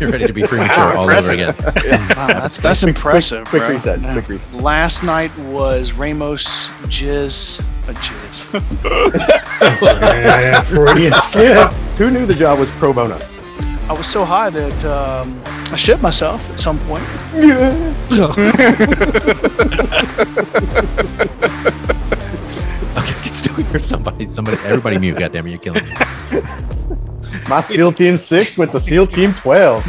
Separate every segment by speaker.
Speaker 1: You're ready to be premature all over again.
Speaker 2: Wow, that's that's
Speaker 3: Quick- quick-
Speaker 2: impressive.
Speaker 3: Quick
Speaker 2: bro.
Speaker 3: reset.
Speaker 2: Yeah.
Speaker 3: Quick reset.
Speaker 2: Last night was Ramos Jizz. Uh, jizz.
Speaker 4: Yeah, Freudian slip.
Speaker 3: Who knew the job was pro bono?
Speaker 2: I was so high that um, I shit myself at some point.
Speaker 1: Okay, it's still hear somebody. Somebody, everybody mute. Goddamn it, you're killing me.
Speaker 4: My SEAL Team 6 went to SEAL Team 12.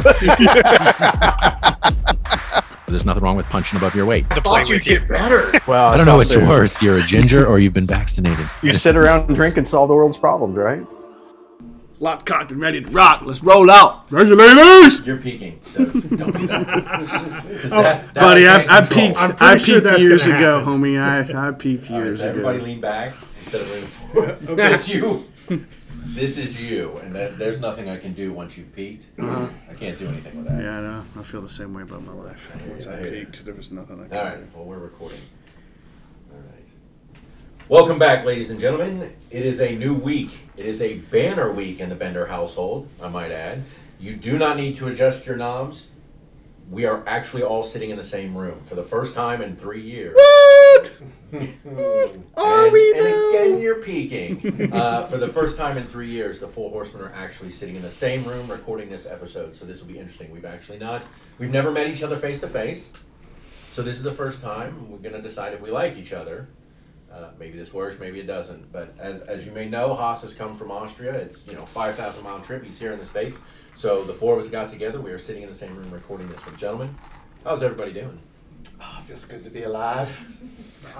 Speaker 1: There's nothing wrong with punching above your weight.
Speaker 5: The plane would get better.
Speaker 4: Well,
Speaker 1: I don't know what's
Speaker 4: also-
Speaker 1: worse. You're a ginger or you've been vaccinated.
Speaker 3: You sit around and drink and solve the world's problems, right?
Speaker 6: Lock, cocked, and ready to rock. Let's roll out. Regulators!
Speaker 1: You're peaking, so don't do that.
Speaker 6: Oh, Buddy, I, I peaked,
Speaker 5: I'm pretty
Speaker 6: I
Speaker 5: sure
Speaker 6: peaked
Speaker 5: that's
Speaker 6: years
Speaker 5: gonna
Speaker 6: ago,
Speaker 5: happen.
Speaker 6: homie. I, I peaked years ago.
Speaker 1: lean back instead of leaning forward. That's you. This is you, and that, there's nothing I can do once you've peaked.
Speaker 6: Uh-huh.
Speaker 1: I can't do anything with that.
Speaker 6: Yeah, I know. I feel the same way about my life. Once I
Speaker 1: I hear you.
Speaker 6: peaked, there was nothing I could
Speaker 1: All right.
Speaker 6: do.
Speaker 1: Well, we're recording. All right. Welcome back, ladies and gentlemen. It is a new week. It is a banner week in the Bender household, I might add. You do not need to adjust your knobs. We are actually all sitting in the same room for the first time in three years. Are we and again, you're peeking. Uh, for the first time in three years, the Four Horsemen are actually sitting in the same room recording this episode. So this will be interesting. We've actually not, we've never met each other face to face. So this is the first time we're going to decide if we like each other. Uh, maybe this works, maybe it doesn't. But as, as you may know, Haas has come from Austria. It's you know five thousand mile trip. He's here in the states. So the four of us got together. We are sitting in the same room recording this one, gentlemen. How's everybody doing?
Speaker 4: Oh, feels good to be alive.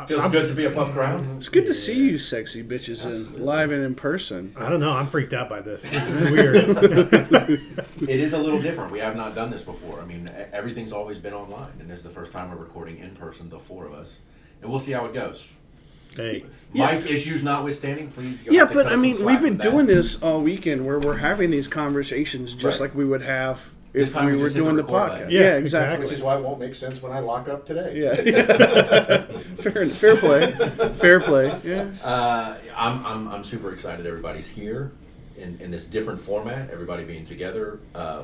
Speaker 1: Feels good to be above ground.
Speaker 6: It's good to see you, sexy bitches, in, live and in person.
Speaker 5: I don't know. I'm freaked out by this. This is weird.
Speaker 1: It is a little different. We have not done this before. I mean, e- everything's always been online, and this is the first time we're recording in person, the four of us. And we'll see how it goes.
Speaker 5: hey,
Speaker 1: Mic issues notwithstanding, please. you'll
Speaker 6: Yeah,
Speaker 1: have to
Speaker 6: but
Speaker 1: cut
Speaker 6: I
Speaker 1: some
Speaker 6: mean,
Speaker 1: slack
Speaker 6: we've been
Speaker 1: with that.
Speaker 6: doing this all weekend where we're having these conversations just
Speaker 1: Right.
Speaker 6: like we would have
Speaker 1: This
Speaker 6: if
Speaker 1: time
Speaker 6: we
Speaker 1: we
Speaker 6: were
Speaker 1: just hit the
Speaker 6: doing the
Speaker 1: record button.
Speaker 6: podcast.
Speaker 5: Yeah,
Speaker 6: Yeah, exactly.
Speaker 4: Which is why it won't make sense when I lock up today.
Speaker 6: Yeah. fair, fair play. Fair play. Yeah.
Speaker 1: Uh, I'm, I'm, I'm super excited everybody's here in, in this different format, everybody being together. Uh,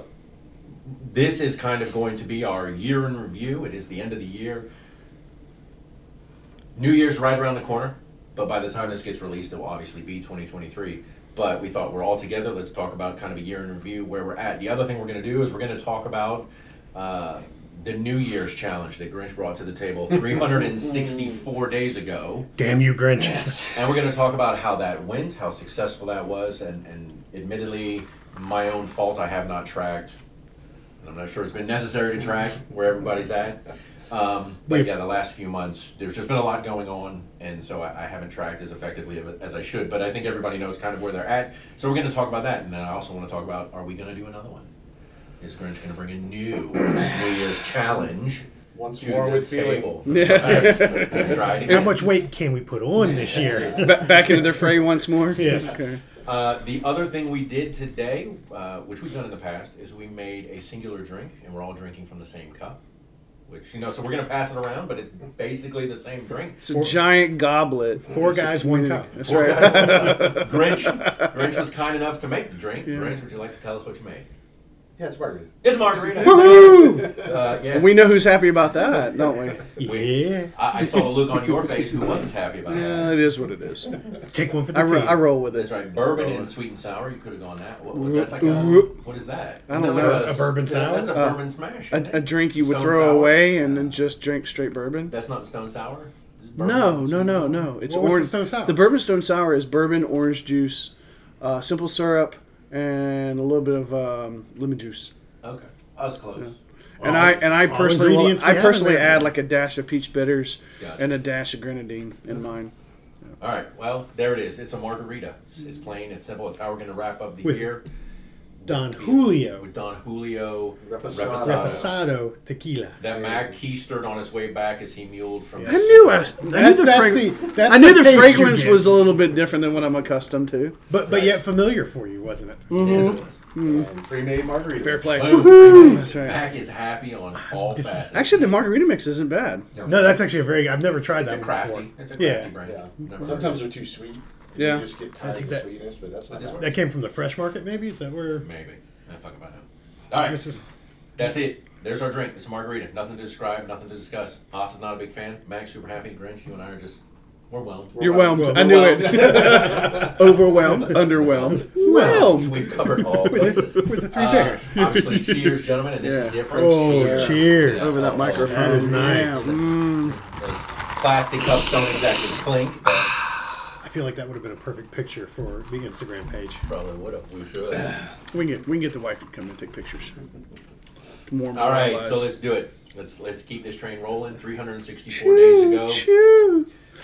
Speaker 1: this is kind of going to be our year in review. It is the end of the year. New Year's right around the corner, but by the time this gets released, it will obviously be 2023. But we thought we're all together. Let's talk about kind of a year in review where we're at. The other thing we're going to do is we're going to talk about uh, the New Year's challenge that Grinch brought to the table 364 days ago.
Speaker 5: damn you, Grinch.
Speaker 1: And we're going to talk about how that went, how successful that was, and, and admittedly, my own fault. I have not tracked, and I'm not sure it's been necessary to track where everybody's at. Um, but yeah, the last few months, there's just been a lot going on, and so I, I haven't tracked as effectively of it as I should. But I think everybody knows kind of where they're at. So we're going to talk about that, and then I also want to talk about: Are we going to do another one? Is Grinch going to bring a new New Year's challenge?
Speaker 4: Once
Speaker 1: to
Speaker 4: more
Speaker 1: the
Speaker 4: with feeling.
Speaker 1: table?
Speaker 6: Yeah.
Speaker 1: That's right.
Speaker 5: How much weight can we put on this year?
Speaker 6: Ba- back into their fray once more.
Speaker 5: Yes.
Speaker 6: Okay.
Speaker 1: Uh, the other thing we did today, uh, which we've done in the past, is we made a singular drink, and we're all drinking from the same cup. Which you know, so we're gonna pass it around, but it's basically the same drink.
Speaker 6: It's a giant goblet.
Speaker 5: Four guys, one cup.
Speaker 6: That's
Speaker 1: Poor
Speaker 6: right.
Speaker 1: guys, uh, Grinch, Grinch was kind enough to make the drink. Grinch, would you like to tell us what you made?
Speaker 4: Yeah, it's Margaret.
Speaker 1: It's margarita. Uh, yeah,
Speaker 6: And we know who's happy about that, don't we?
Speaker 5: Yeah.
Speaker 1: I, I saw the look on your face. Who wasn't happy about
Speaker 6: Yeah,
Speaker 1: that?
Speaker 6: it is what it is.
Speaker 5: Take one for the
Speaker 6: I, ro-
Speaker 5: team.
Speaker 6: I roll with
Speaker 1: That's
Speaker 6: it.
Speaker 1: right. Bourbon and sweet and sour. You could have gone that. What was that's like? A, what is that?
Speaker 6: Uh, I don't
Speaker 1: Isn't that
Speaker 6: know.
Speaker 1: Like
Speaker 5: A bourbon sour?
Speaker 1: That's a
Speaker 6: Uh,
Speaker 1: bourbon smash. isn't
Speaker 6: A,
Speaker 1: it?
Speaker 6: a drink you would
Speaker 1: Stone
Speaker 6: throw
Speaker 1: sour?
Speaker 6: away and then just drink straight bourbon.
Speaker 1: That's not Stone Sour?
Speaker 6: No, no, no, no. It's
Speaker 5: What was the
Speaker 6: orange.
Speaker 5: Stone Sour?
Speaker 6: The bourbon stone sour is bourbon, orange juice, uh, simple syrup, and a little bit of um, lemon juice.
Speaker 1: Okay. I was close.
Speaker 6: And I and I
Speaker 5: all
Speaker 6: personally, will-
Speaker 5: ingredients we
Speaker 6: I
Speaker 5: have in
Speaker 6: personally
Speaker 5: there.
Speaker 6: add like a dash of peach bitters
Speaker 1: Gotcha.
Speaker 6: and a dash of grenadine in mine.
Speaker 1: All right. Well, there it is. It's a margarita. It's, it's plain. It's simple. It's how we're going to wrap up the
Speaker 5: With-
Speaker 1: year
Speaker 5: Don Julio
Speaker 1: with Don Julio
Speaker 4: Reposado.
Speaker 1: Reposado.
Speaker 5: Reposado Tequila.
Speaker 1: That Mac keistered on his way back as he muled from.
Speaker 6: I knew I, was, I knew
Speaker 5: That's-
Speaker 6: the,
Speaker 5: that's
Speaker 6: frag-
Speaker 5: the- that's
Speaker 6: I knew the,
Speaker 5: the taste you
Speaker 6: fragrance
Speaker 5: get.
Speaker 6: was a little bit different than what I'm accustomed to.
Speaker 5: But but yet familiar for you, wasn't it?
Speaker 6: Mm.
Speaker 4: And pre-made margarita.
Speaker 1: Boom.
Speaker 6: That's right.
Speaker 1: Mac is happy on all
Speaker 5: This is-
Speaker 1: facets.
Speaker 6: Actually, the margarita mix isn't bad.
Speaker 5: No, that's actually a very. I've never tried
Speaker 1: It's
Speaker 5: that
Speaker 1: a
Speaker 5: one
Speaker 1: crafty.
Speaker 5: before.
Speaker 1: It's a crafty
Speaker 5: Yeah.
Speaker 1: brand.
Speaker 4: Yeah.
Speaker 1: Never heard
Speaker 4: Sometimes
Speaker 1: of
Speaker 4: they're too sweet.
Speaker 6: Yeah.
Speaker 4: You just get
Speaker 5: I
Speaker 4: tired
Speaker 5: think
Speaker 4: of the
Speaker 5: that-
Speaker 4: sweetness, but that's not
Speaker 1: This
Speaker 4: bad.
Speaker 1: one.
Speaker 5: That came from the fresh market, maybe. Is that where?
Speaker 1: it. Maybe. I fucking about him. All right.
Speaker 5: This is
Speaker 1: That's it. There's our drink. It's a margarita. Nothing to describe. Nothing to discuss. Us is not a big fan. Max super happy. Grinch, you and I are just we're whelmed.
Speaker 6: You're whelmed. I knew it. Overwhelmed, underwhelmed,
Speaker 1: So
Speaker 6: whelmed.
Speaker 1: We've covered all
Speaker 5: with
Speaker 1: bases.
Speaker 5: the, with the three
Speaker 1: Uh,
Speaker 5: fingers.
Speaker 1: obviously, cheers, gentlemen, and this is
Speaker 6: Yeah.
Speaker 1: different.
Speaker 5: Oh,
Speaker 1: cheers.
Speaker 5: cheers.
Speaker 6: Over that
Speaker 1: Oh,
Speaker 6: microphone.
Speaker 5: That is
Speaker 1: yeah.
Speaker 5: nice.
Speaker 6: um, Yeah, mm.
Speaker 1: Those plastic cups don't exactly clink, but
Speaker 5: I feel like that would have been a perfect picture for the Instagram page.
Speaker 1: probably would have. We should.
Speaker 6: We can get we can get the wife to come and take pictures. More
Speaker 1: All right, so let's do it. Let's let's keep this train rolling. 364 days ago.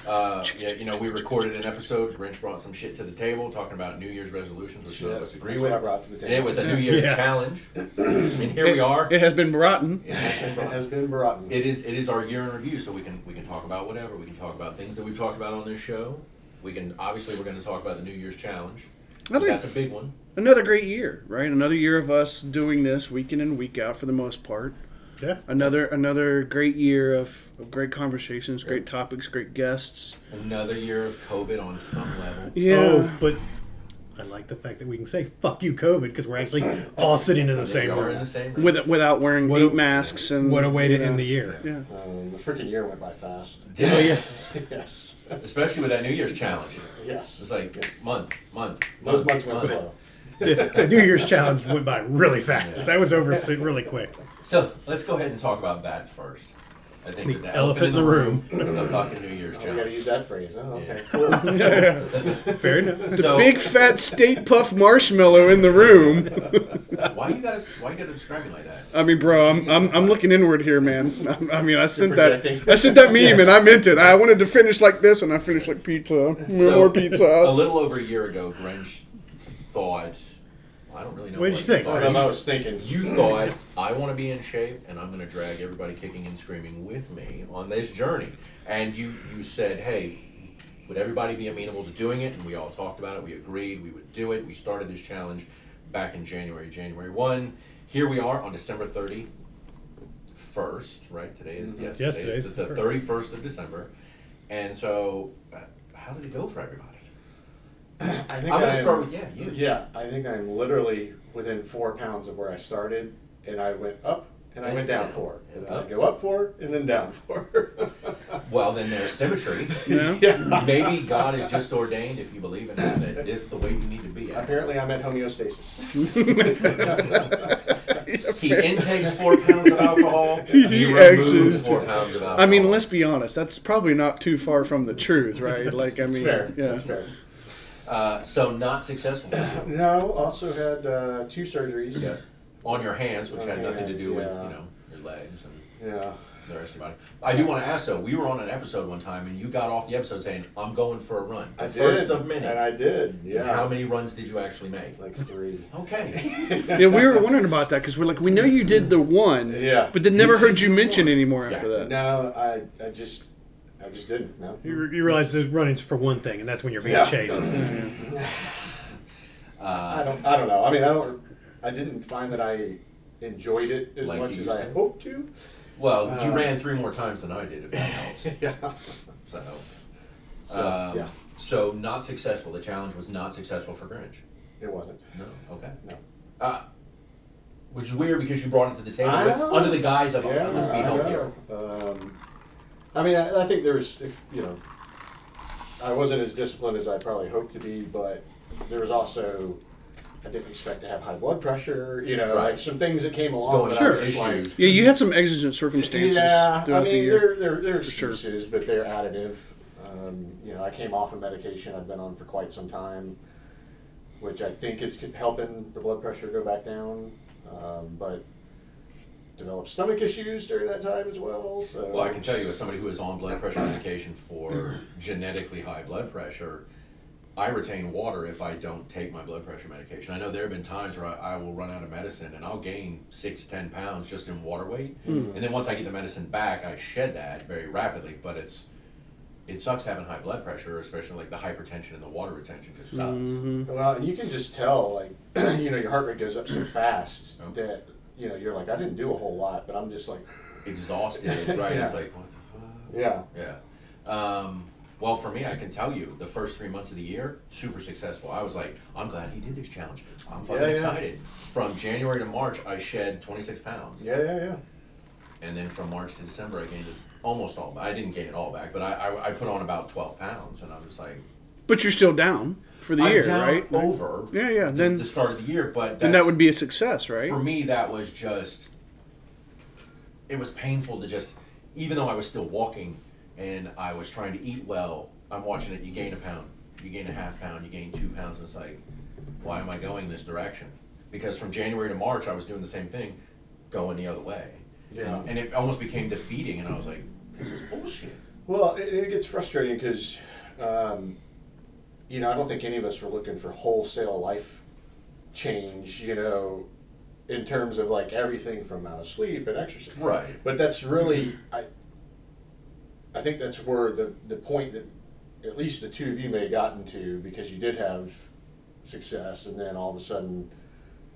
Speaker 1: Uh, yeah, you know, we recorded an episode. Grinch brought some shit to the table, talking about New Year's resolutions, which none of us agree
Speaker 7: That's
Speaker 1: with.
Speaker 7: what I brought to the
Speaker 1: And it
Speaker 7: table.
Speaker 1: was a New Year's
Speaker 5: Yeah.
Speaker 1: challenge, and here we are.
Speaker 6: It has been rotten.
Speaker 1: It has been
Speaker 7: It
Speaker 1: brought-
Speaker 7: has been rotten.
Speaker 1: It is it is our year in review, so we can we can talk about whatever. We can talk about things that we've talked about on this show. We can obviously we're going to talk about the New Year's challenge. 'cause
Speaker 6: Another-
Speaker 1: That's a big one.
Speaker 6: Another great year, right? Another year of us doing this week in and week out for the most part.
Speaker 5: Yeah.
Speaker 6: Another another great year of, of great conversations, great topics, great guests.
Speaker 1: Another year of COVID on some level.
Speaker 6: Yeah.
Speaker 5: Oh, but I like the fact that we can say "fuck you, COVID" because we're actually all sitting in the
Speaker 1: They
Speaker 5: same
Speaker 1: are in
Speaker 5: room.
Speaker 1: the same room.
Speaker 6: With, without wearing
Speaker 5: What a-
Speaker 6: eight masks and
Speaker 5: What a way to
Speaker 6: you know.
Speaker 5: end the year. Oh,
Speaker 6: Yeah.
Speaker 7: Um, the freaking year went by fast.
Speaker 1: Yeah.
Speaker 7: yes.
Speaker 1: Especially with that New Year's challenge.
Speaker 7: Yes.
Speaker 1: It's like month, month,
Speaker 7: Those
Speaker 1: month,
Speaker 7: months went slow.
Speaker 5: the New Year's challenge went by really fast. That was over so- really quick.
Speaker 1: So let's go ahead and talk about that first. I think
Speaker 5: The
Speaker 1: that the elephant, in the room, is the fucking New Year's
Speaker 7: We got to
Speaker 1: challenge.
Speaker 7: use that phrase. Oh, okay. Cool.
Speaker 5: Fair enough.
Speaker 1: So
Speaker 6: Big fat state puff marshmallow in the room.
Speaker 1: why you gotta why you gotta describe it like that?
Speaker 6: I mean, bro, I'm I'm, I'm looking inward here, man. I'm, I mean, I sent that
Speaker 7: projecting.
Speaker 6: I sent that meme and I meant it. I wanted to finish like this, and I finished like pizza,
Speaker 1: So,
Speaker 6: more
Speaker 1: A
Speaker 6: pizza.
Speaker 1: little over a year ago, Grinch thought. Well, I don't really know.
Speaker 5: What'd you think?
Speaker 7: I
Speaker 1: thought.
Speaker 7: don't know. I was thinking.
Speaker 1: You thought I want to be in shape, and I'm going to drag everybody kicking and screaming with me on this journey. And you you said, hey, would everybody be amenable to doing it? And we all talked about it. We agreed we would do it. We started this challenge back in January, January one. Here we are on December thirty first. Right today is yes,
Speaker 5: Mm-hmm. Yes,
Speaker 1: today is
Speaker 5: today's
Speaker 1: the
Speaker 5: the
Speaker 1: thirty first of December. And so, uh, how did it go for everybody?
Speaker 7: I think
Speaker 1: I'm going to
Speaker 7: I am-
Speaker 1: start with yeah, you.
Speaker 7: Yeah, I think I'm literally within four pounds of where I started, and I went up and I
Speaker 1: And
Speaker 7: went down
Speaker 1: down.
Speaker 7: four, and then
Speaker 1: Up.
Speaker 7: I go up four and then down four.
Speaker 1: Well, then there's symmetry.
Speaker 6: Yeah.
Speaker 7: yeah.
Speaker 1: Maybe God has just ordained, if you believe in him, that this is the way you need to be at.
Speaker 7: Apparently, I'm at homeostasis.
Speaker 1: He intakes four pounds of alcohol. He
Speaker 6: exudes
Speaker 1: removes
Speaker 6: it.
Speaker 1: four pounds of alcohol.
Speaker 6: I mean, let's be honest. That's probably not too far from the truth, right? Like, I
Speaker 7: It's
Speaker 6: mean,
Speaker 7: fair.
Speaker 6: yeah.
Speaker 7: It's fair.
Speaker 1: Uh, so not successful. for you.
Speaker 7: No, also had uh, two surgeries.
Speaker 1: Yes. On your hands, which
Speaker 7: On
Speaker 1: had
Speaker 7: your
Speaker 1: nothing to
Speaker 7: hands,
Speaker 1: do with
Speaker 7: yeah.
Speaker 1: you know your legs and
Speaker 7: Yeah.
Speaker 1: the rest of your body. I do want to ask though. We were on an episode one time, and you got off the episode saying, "I'm going for a run." The
Speaker 7: I
Speaker 1: first
Speaker 7: did,
Speaker 1: of many.
Speaker 7: And I did. Yeah.
Speaker 1: How many runs did you actually make?
Speaker 7: Like three.
Speaker 1: Okay.
Speaker 6: Yeah, we were wondering about that because we're like, we know you did the one,
Speaker 7: Yeah.
Speaker 6: but then never heard you mention anymore
Speaker 1: Yeah.
Speaker 6: after that.
Speaker 7: No, I, I just, I just didn't. No.
Speaker 5: You, you realize there's running's for one thing, and that's when you're being
Speaker 7: Yeah.
Speaker 5: chased.
Speaker 7: I don't. I don't know. I mean, I don't. I didn't find that I enjoyed it as
Speaker 1: Like
Speaker 7: much
Speaker 1: you
Speaker 7: as
Speaker 1: used
Speaker 7: I
Speaker 1: to?
Speaker 7: hoped to.
Speaker 1: Well, you
Speaker 7: Uh,
Speaker 1: ran three more times than I did, if that helps.
Speaker 7: Yeah.
Speaker 1: So,
Speaker 7: So,
Speaker 1: um,
Speaker 7: yeah.
Speaker 1: so not successful. The challenge was not successful for Grinch.
Speaker 7: It wasn't.
Speaker 1: No. Okay.
Speaker 7: No.
Speaker 1: Uh, which is weird because you brought it to the table
Speaker 7: I
Speaker 1: but
Speaker 7: know.
Speaker 1: under the guise of
Speaker 7: Yeah.
Speaker 1: let's be
Speaker 7: I
Speaker 1: healthier.
Speaker 7: know. Um, I mean, I, I think there's, if you know, I wasn't as disciplined as I probably hoped to be, but there was also. I didn't expect to have high blood pressure, you know, like some things that came along.
Speaker 1: Going
Speaker 7: that I
Speaker 1: sure.
Speaker 7: was just like,
Speaker 1: Issues.
Speaker 6: Yeah, you had some exigent circumstances
Speaker 7: Yeah, I
Speaker 6: throughout the
Speaker 7: mean, they're,
Speaker 6: year.
Speaker 7: they're, they're
Speaker 6: sure.
Speaker 7: excuses, but they're additive. Um, you know, I came off a medication I've been on for quite some time, which I think is c- helping the blood pressure go back down, um, but developed stomach issues during that time as well. So
Speaker 1: Well, I can tell you, as somebody who is on blood pressure medication for genetically high blood pressure, I retain water if I don't take my blood pressure medication. I know there have been times where I, I will run out of medicine and I'll gain six, ten pounds just in water weight, and then once I get the medicine back, I shed that very rapidly. But it's it sucks having high blood pressure, especially like the hypertension and the water retention just sucks.
Speaker 7: Mm-hmm. Well, and you can just tell, like, you know, your heart rate goes up so fast
Speaker 1: Oh.
Speaker 7: that, you know, you're like, I didn't do a whole lot, but I'm just like,
Speaker 1: Exhausted, right? It's
Speaker 7: Yeah.
Speaker 1: like what the fuck.
Speaker 7: yeah.
Speaker 1: Yeah. Um, Well, for me, I can tell you, the first three months of the year, super successful. I was like, I'm glad he did this challenge. I'm fucking
Speaker 7: Yeah, yeah.
Speaker 1: excited. From January to March, I shed 26 pounds,
Speaker 7: Yeah, yeah, yeah.
Speaker 1: and then from March to December, I gained almost all. I didn't gain it all back, but I, I, I put on about 12 pounds, and I was like,
Speaker 6: But you're still down for the
Speaker 1: I'm
Speaker 6: year,
Speaker 1: down
Speaker 6: right?
Speaker 1: Over.
Speaker 6: Yeah, yeah,
Speaker 1: the-
Speaker 6: then-
Speaker 1: the start of the year, but
Speaker 6: Then that
Speaker 1: that's-
Speaker 6: would be a success, right?
Speaker 1: for me that was just it was painful to just even though i was still walking and i was trying to eat well i'm watching it you gain a pound you gain a half pound you gain two pounds and it's like why am i going this direction because from january to march i was doing the same thing going the other way
Speaker 7: Yeah.
Speaker 1: and it almost became defeating and i was like this is bullshit
Speaker 7: Well, it, it gets frustrating because, um, you know, I don't think any of us were looking for wholesale life change, you know, in terms of like everything from amount of sleep and exercise.
Speaker 1: Right. Mm-hmm.
Speaker 7: But that's really, I, I think that's where the, the point that at least the two of you may have gotten to because you did have success and then all of a sudden,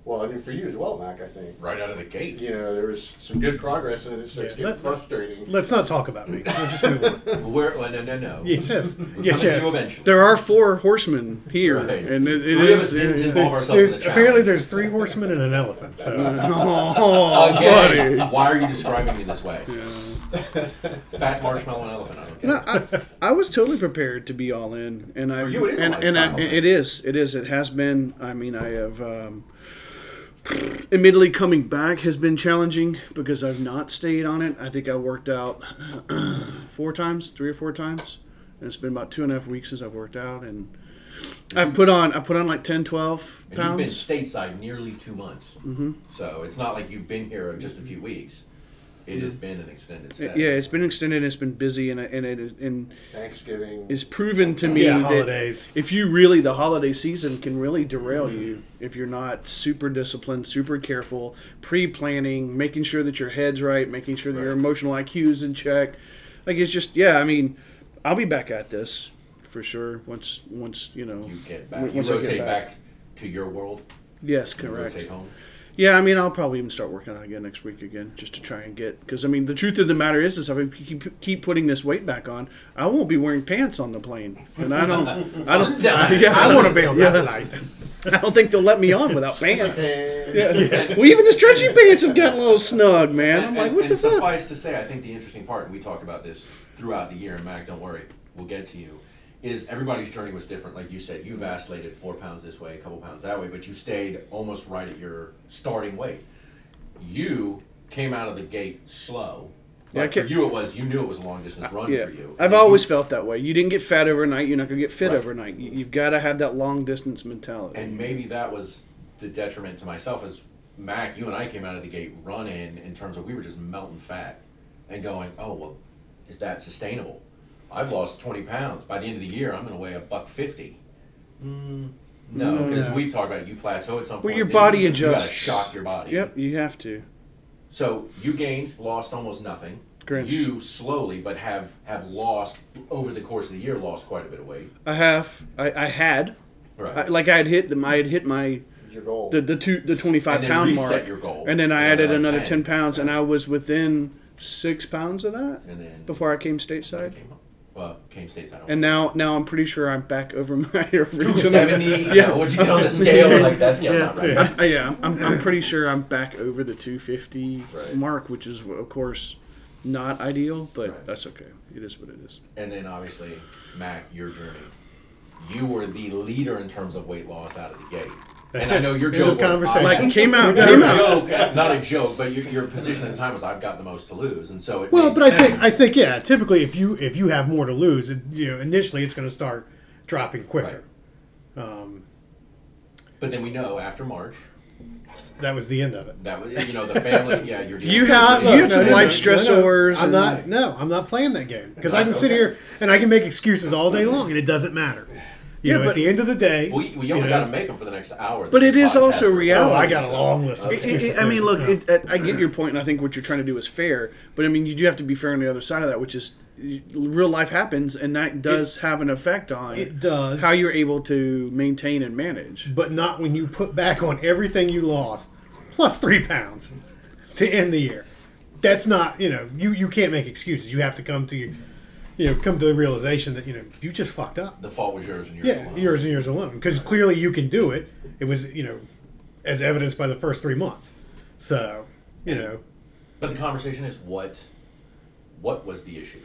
Speaker 7: well, I mean, for you as well, Mac, I think.
Speaker 1: right out of the gate
Speaker 7: You know, there was some good progress and then it starts
Speaker 5: Yeah,
Speaker 7: getting
Speaker 5: let-
Speaker 7: frustrating.
Speaker 5: Let's not talk about me. Let's just move on.
Speaker 1: where well, no no no
Speaker 5: Yes, yes,
Speaker 1: Coming
Speaker 5: yes,
Speaker 1: to you
Speaker 5: yes.
Speaker 1: eventually.
Speaker 6: There are four horsemen here,
Speaker 1: Right.
Speaker 6: and it, it
Speaker 1: Three of
Speaker 6: is-
Speaker 1: us didn't
Speaker 6: it-
Speaker 1: involve ourselves
Speaker 5: There's,
Speaker 1: in the challenge.
Speaker 5: apparently, there's three horsemen and an elephant. So
Speaker 6: oh,
Speaker 1: Again,
Speaker 6: buddy.
Speaker 1: why are you describing me this way? Fat marshmallow and elephant. I don't get
Speaker 6: No,
Speaker 1: it.
Speaker 6: I, I was totally prepared to be all in, and I
Speaker 1: you, it is a
Speaker 6: and, and I,
Speaker 1: lifestyle thing.
Speaker 6: it is it is it has been. I mean, I have um, admittedly coming back has been challenging because I've not stayed on it. I think I worked out four times, three or four times, and it's been about two and a half weeks since I've worked out, and I've put on I put on like 10, 12
Speaker 1: And you've been
Speaker 6: pounds.
Speaker 1: stateside nearly two months, mm-hmm. so it's not like you've been here just a few weeks. It has been an extended stay.
Speaker 6: yeah, it's been extended. It's been busy, and I- and it and
Speaker 7: Thanksgiving.
Speaker 6: it's proven to me
Speaker 5: Yeah,
Speaker 6: that
Speaker 5: holidays.
Speaker 6: if you really the holiday season can really derail you
Speaker 1: Mm-hmm.
Speaker 6: if you're not super disciplined super careful pre-planning making sure that your head's right making sure that your
Speaker 1: Right.
Speaker 6: emotional iq is in check like it's just yeah i mean i'll be back at this for sure once once you know
Speaker 1: you get back.
Speaker 6: w-
Speaker 1: You
Speaker 6: once I get
Speaker 1: rotate
Speaker 6: back.
Speaker 1: back. to your world.
Speaker 6: yes
Speaker 1: You
Speaker 6: correct
Speaker 1: rotate home.
Speaker 6: yeah, I mean, I'll probably even start working on it again next week again, just to try and get. Because I mean, the truth of the matter is, is if I keep, keep putting this weight back on, I won't be wearing pants on the plane, and I don't, I don't,
Speaker 1: Sometimes.
Speaker 6: yeah,
Speaker 5: I
Speaker 6: I,
Speaker 5: want to be on that flight.
Speaker 6: I don't think they'll let me on without pants.
Speaker 7: Thanks.
Speaker 6: well, even the stretchy pants have gotten a little snug, man. I'm
Speaker 1: And,
Speaker 6: like,
Speaker 1: and-
Speaker 6: what
Speaker 1: and
Speaker 6: the fuck?
Speaker 1: suffice to say, I think the interesting part, and we talked about this throughout the year, and Mac, don't worry, we'll get to you, is everybody's journey was different. Like you said, you vacillated four pounds this way, a couple pounds that way, but you stayed almost right at your starting weight. You came out of the gate slow.
Speaker 6: Yeah, I
Speaker 1: Like for
Speaker 6: ca-
Speaker 1: you, it was you knew it was a long distance run
Speaker 6: Yeah,
Speaker 1: for you.
Speaker 6: I've
Speaker 1: You-
Speaker 6: always felt that way. You didn't get fat overnight. You're not gonna get fit
Speaker 1: Right.
Speaker 6: overnight. You, you've got to have that long distance mentality.
Speaker 1: and maybe that was the detriment to myself is Mac, you and I came out of the gate running in terms of we were just melting fat and going, oh well, is that sustainable? I've lost twenty pounds by the end of the year. I'm going to weigh a buck fifty. No, because
Speaker 5: No.
Speaker 1: we've talked about it. You plateau at some
Speaker 6: Mm, Well,
Speaker 1: point.
Speaker 6: your
Speaker 1: then
Speaker 6: body
Speaker 1: you, You
Speaker 6: adjusts.
Speaker 1: gotta shock your body.
Speaker 6: Yep, you have to.
Speaker 1: So you gained, lost almost nothing.
Speaker 6: Grinch.
Speaker 1: You slowly, but have have lost over the course of the year, lost quite a bit of weight.
Speaker 6: I have. I, I had.
Speaker 1: Right.
Speaker 6: I, like I had hit the. I had hit my
Speaker 7: Your goal.
Speaker 6: the the two the twenty five
Speaker 1: And then
Speaker 6: pound
Speaker 1: reset
Speaker 6: mark,
Speaker 1: your goal.
Speaker 6: and then I
Speaker 1: Another,
Speaker 6: added
Speaker 1: like,
Speaker 6: another
Speaker 1: 10.
Speaker 6: ten pounds, and I was within six pounds of that
Speaker 1: and then
Speaker 6: before I came stateside.
Speaker 1: came up. Well, came states. I don't.
Speaker 6: And now now I'm pretty sure I'm back over my original.
Speaker 1: 270.
Speaker 6: Yeah.
Speaker 1: yeah. What'd you get on the scale? Like that's yeah, not right.
Speaker 6: Uh, yeah, I'm, I'm pretty sure I'm back over the 250
Speaker 1: Right.
Speaker 6: mark, which is of course not ideal, but
Speaker 1: Right.
Speaker 6: that's okay. It is what it is.
Speaker 1: And then obviously, Mac, your journey. You were the leader in terms of weight loss out of the gate.
Speaker 5: That's
Speaker 1: and I
Speaker 5: it.
Speaker 1: know your
Speaker 5: End
Speaker 1: joke
Speaker 5: of
Speaker 1: was
Speaker 5: conversation.
Speaker 1: I-
Speaker 6: Like came out,
Speaker 1: your
Speaker 6: came out.
Speaker 1: joke, not a joke, but your, your position at the time was I've got the most to lose, and so it.
Speaker 5: Well,
Speaker 1: made
Speaker 5: but I think
Speaker 1: sense.
Speaker 5: I think yeah. Typically, if you if you have more to lose, it, you know, initially it's going to start dropping quicker. Um,
Speaker 1: But then we know after March
Speaker 5: that was the end of it.
Speaker 1: that was you know the family. Yeah, you're. dealing
Speaker 6: You
Speaker 1: with-
Speaker 6: have-
Speaker 5: No,
Speaker 6: you
Speaker 5: no,
Speaker 6: have some
Speaker 5: no,
Speaker 6: life
Speaker 5: no, no, no.
Speaker 6: stressors
Speaker 5: I'm
Speaker 6: and-
Speaker 5: not. No, I'm not playing that game because I can sit
Speaker 1: Okay.
Speaker 5: here and I can make excuses all day long, and it doesn't matter. You
Speaker 6: Yeah,
Speaker 5: know,
Speaker 6: but-
Speaker 5: at the end of the day,
Speaker 1: We, we
Speaker 5: you
Speaker 1: only
Speaker 5: know,
Speaker 1: got to make them for the next hour.
Speaker 6: But
Speaker 1: that
Speaker 6: it
Speaker 1: this
Speaker 6: is also
Speaker 1: podcast-
Speaker 6: reality.
Speaker 5: Oh, I got a long list. Of
Speaker 6: It- it-
Speaker 5: excuses
Speaker 6: it- I mean, look,
Speaker 5: Yeah.
Speaker 6: it, I I get your point, and I think what you're trying to do is fair. But I mean, you do have to be fair on the other side of that, which is y- real life happens, and that does have an effect on
Speaker 5: it does.
Speaker 6: how you're able to maintain and manage.
Speaker 5: but not when you put back on everything you lost plus three pounds to end the year. That's not you know you you can't make excuses. You have to come to you know, come to the realization that you know you just fucked up.
Speaker 1: The fault was yours and yours
Speaker 5: Yeah,
Speaker 1: alone.
Speaker 5: years and years alone. Because clearly you can do it. It was, you know, as evidenced by the first three months. So, you know,
Speaker 1: But the conversation is what what was the issue?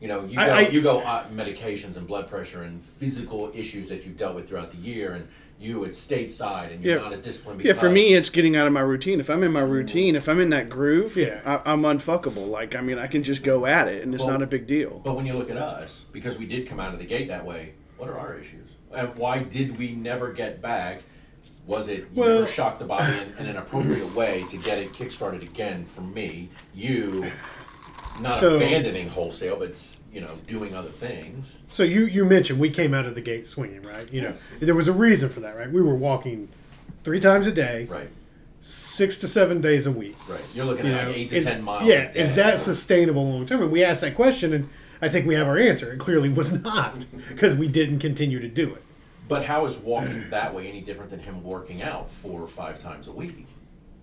Speaker 1: You know, you go,
Speaker 5: I- I-
Speaker 1: you go uh, medications and blood pressure and physical issues that you've dealt with throughout the year, and you it's stateside and you're
Speaker 6: Yeah.
Speaker 1: not as disciplined.
Speaker 6: Yeah,
Speaker 1: Because
Speaker 6: for me, it's getting out of my routine. If I'm in my routine, if I'm in that groove,
Speaker 5: Yeah.
Speaker 6: I, I'm unfuckable. Like, I mean, I can just go at it, and it's
Speaker 1: Well-
Speaker 6: not a big deal.
Speaker 1: But when you look at us, because we did come out of the gate that way, what are our issues? And why did we never get back? Was it you
Speaker 5: Well-
Speaker 1: never shocked the body in, in an appropriate way to get it kickstarted again? For me, you not
Speaker 5: So-
Speaker 1: abandoning wholesale, but s- you know doing other things.
Speaker 5: so you you mentioned we came out of the gate swinging, right? You know,
Speaker 1: Yes.
Speaker 5: there was a reason for that, right? We were walking three times a day,
Speaker 1: Right,
Speaker 5: six to seven days a week.
Speaker 1: right. You're looking
Speaker 5: You
Speaker 1: at
Speaker 5: know,
Speaker 1: like eight to
Speaker 5: is-
Speaker 1: ten miles. a
Speaker 5: Yeah,
Speaker 1: day.
Speaker 5: is that sustainable long term? And we asked that question, and I think we have our answer. It clearly was not because we didn't continue to do it.
Speaker 1: But how is walking that way any different than him working out four or five times a week?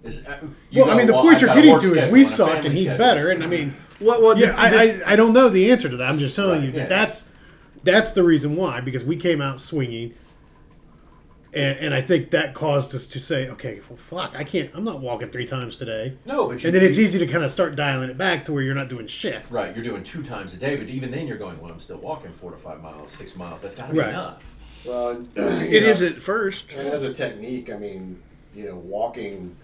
Speaker 1: Is, uh, you
Speaker 5: well, I
Speaker 1: know,
Speaker 5: mean, the point
Speaker 1: I've
Speaker 5: you're
Speaker 1: got a
Speaker 5: getting
Speaker 1: work
Speaker 5: to
Speaker 1: schedule
Speaker 5: is we
Speaker 1: a
Speaker 5: suck
Speaker 1: family
Speaker 5: and he's
Speaker 1: schedule.
Speaker 5: better. And I mean,
Speaker 6: Well, well,
Speaker 5: yeah, I, I, I don't know the answer to that. I'm just telling
Speaker 1: Right,
Speaker 5: you that
Speaker 1: yeah.
Speaker 5: that's that's the reason why because we came out swinging, and, and I think that caused us to say, okay, well, fuck, I can't. I'm not walking three times today.
Speaker 1: No, but you,
Speaker 5: And then it's easy to kind of start dialing it back to where you're not doing shit.
Speaker 1: Right, you're doing two times a day, but even then you're going, well, I'm still walking four to five miles, six miles. That's got to be
Speaker 5: Right.
Speaker 1: enough.
Speaker 7: Well,
Speaker 6: it is at first.
Speaker 7: Uh, And as a technique, I mean, you know, walking,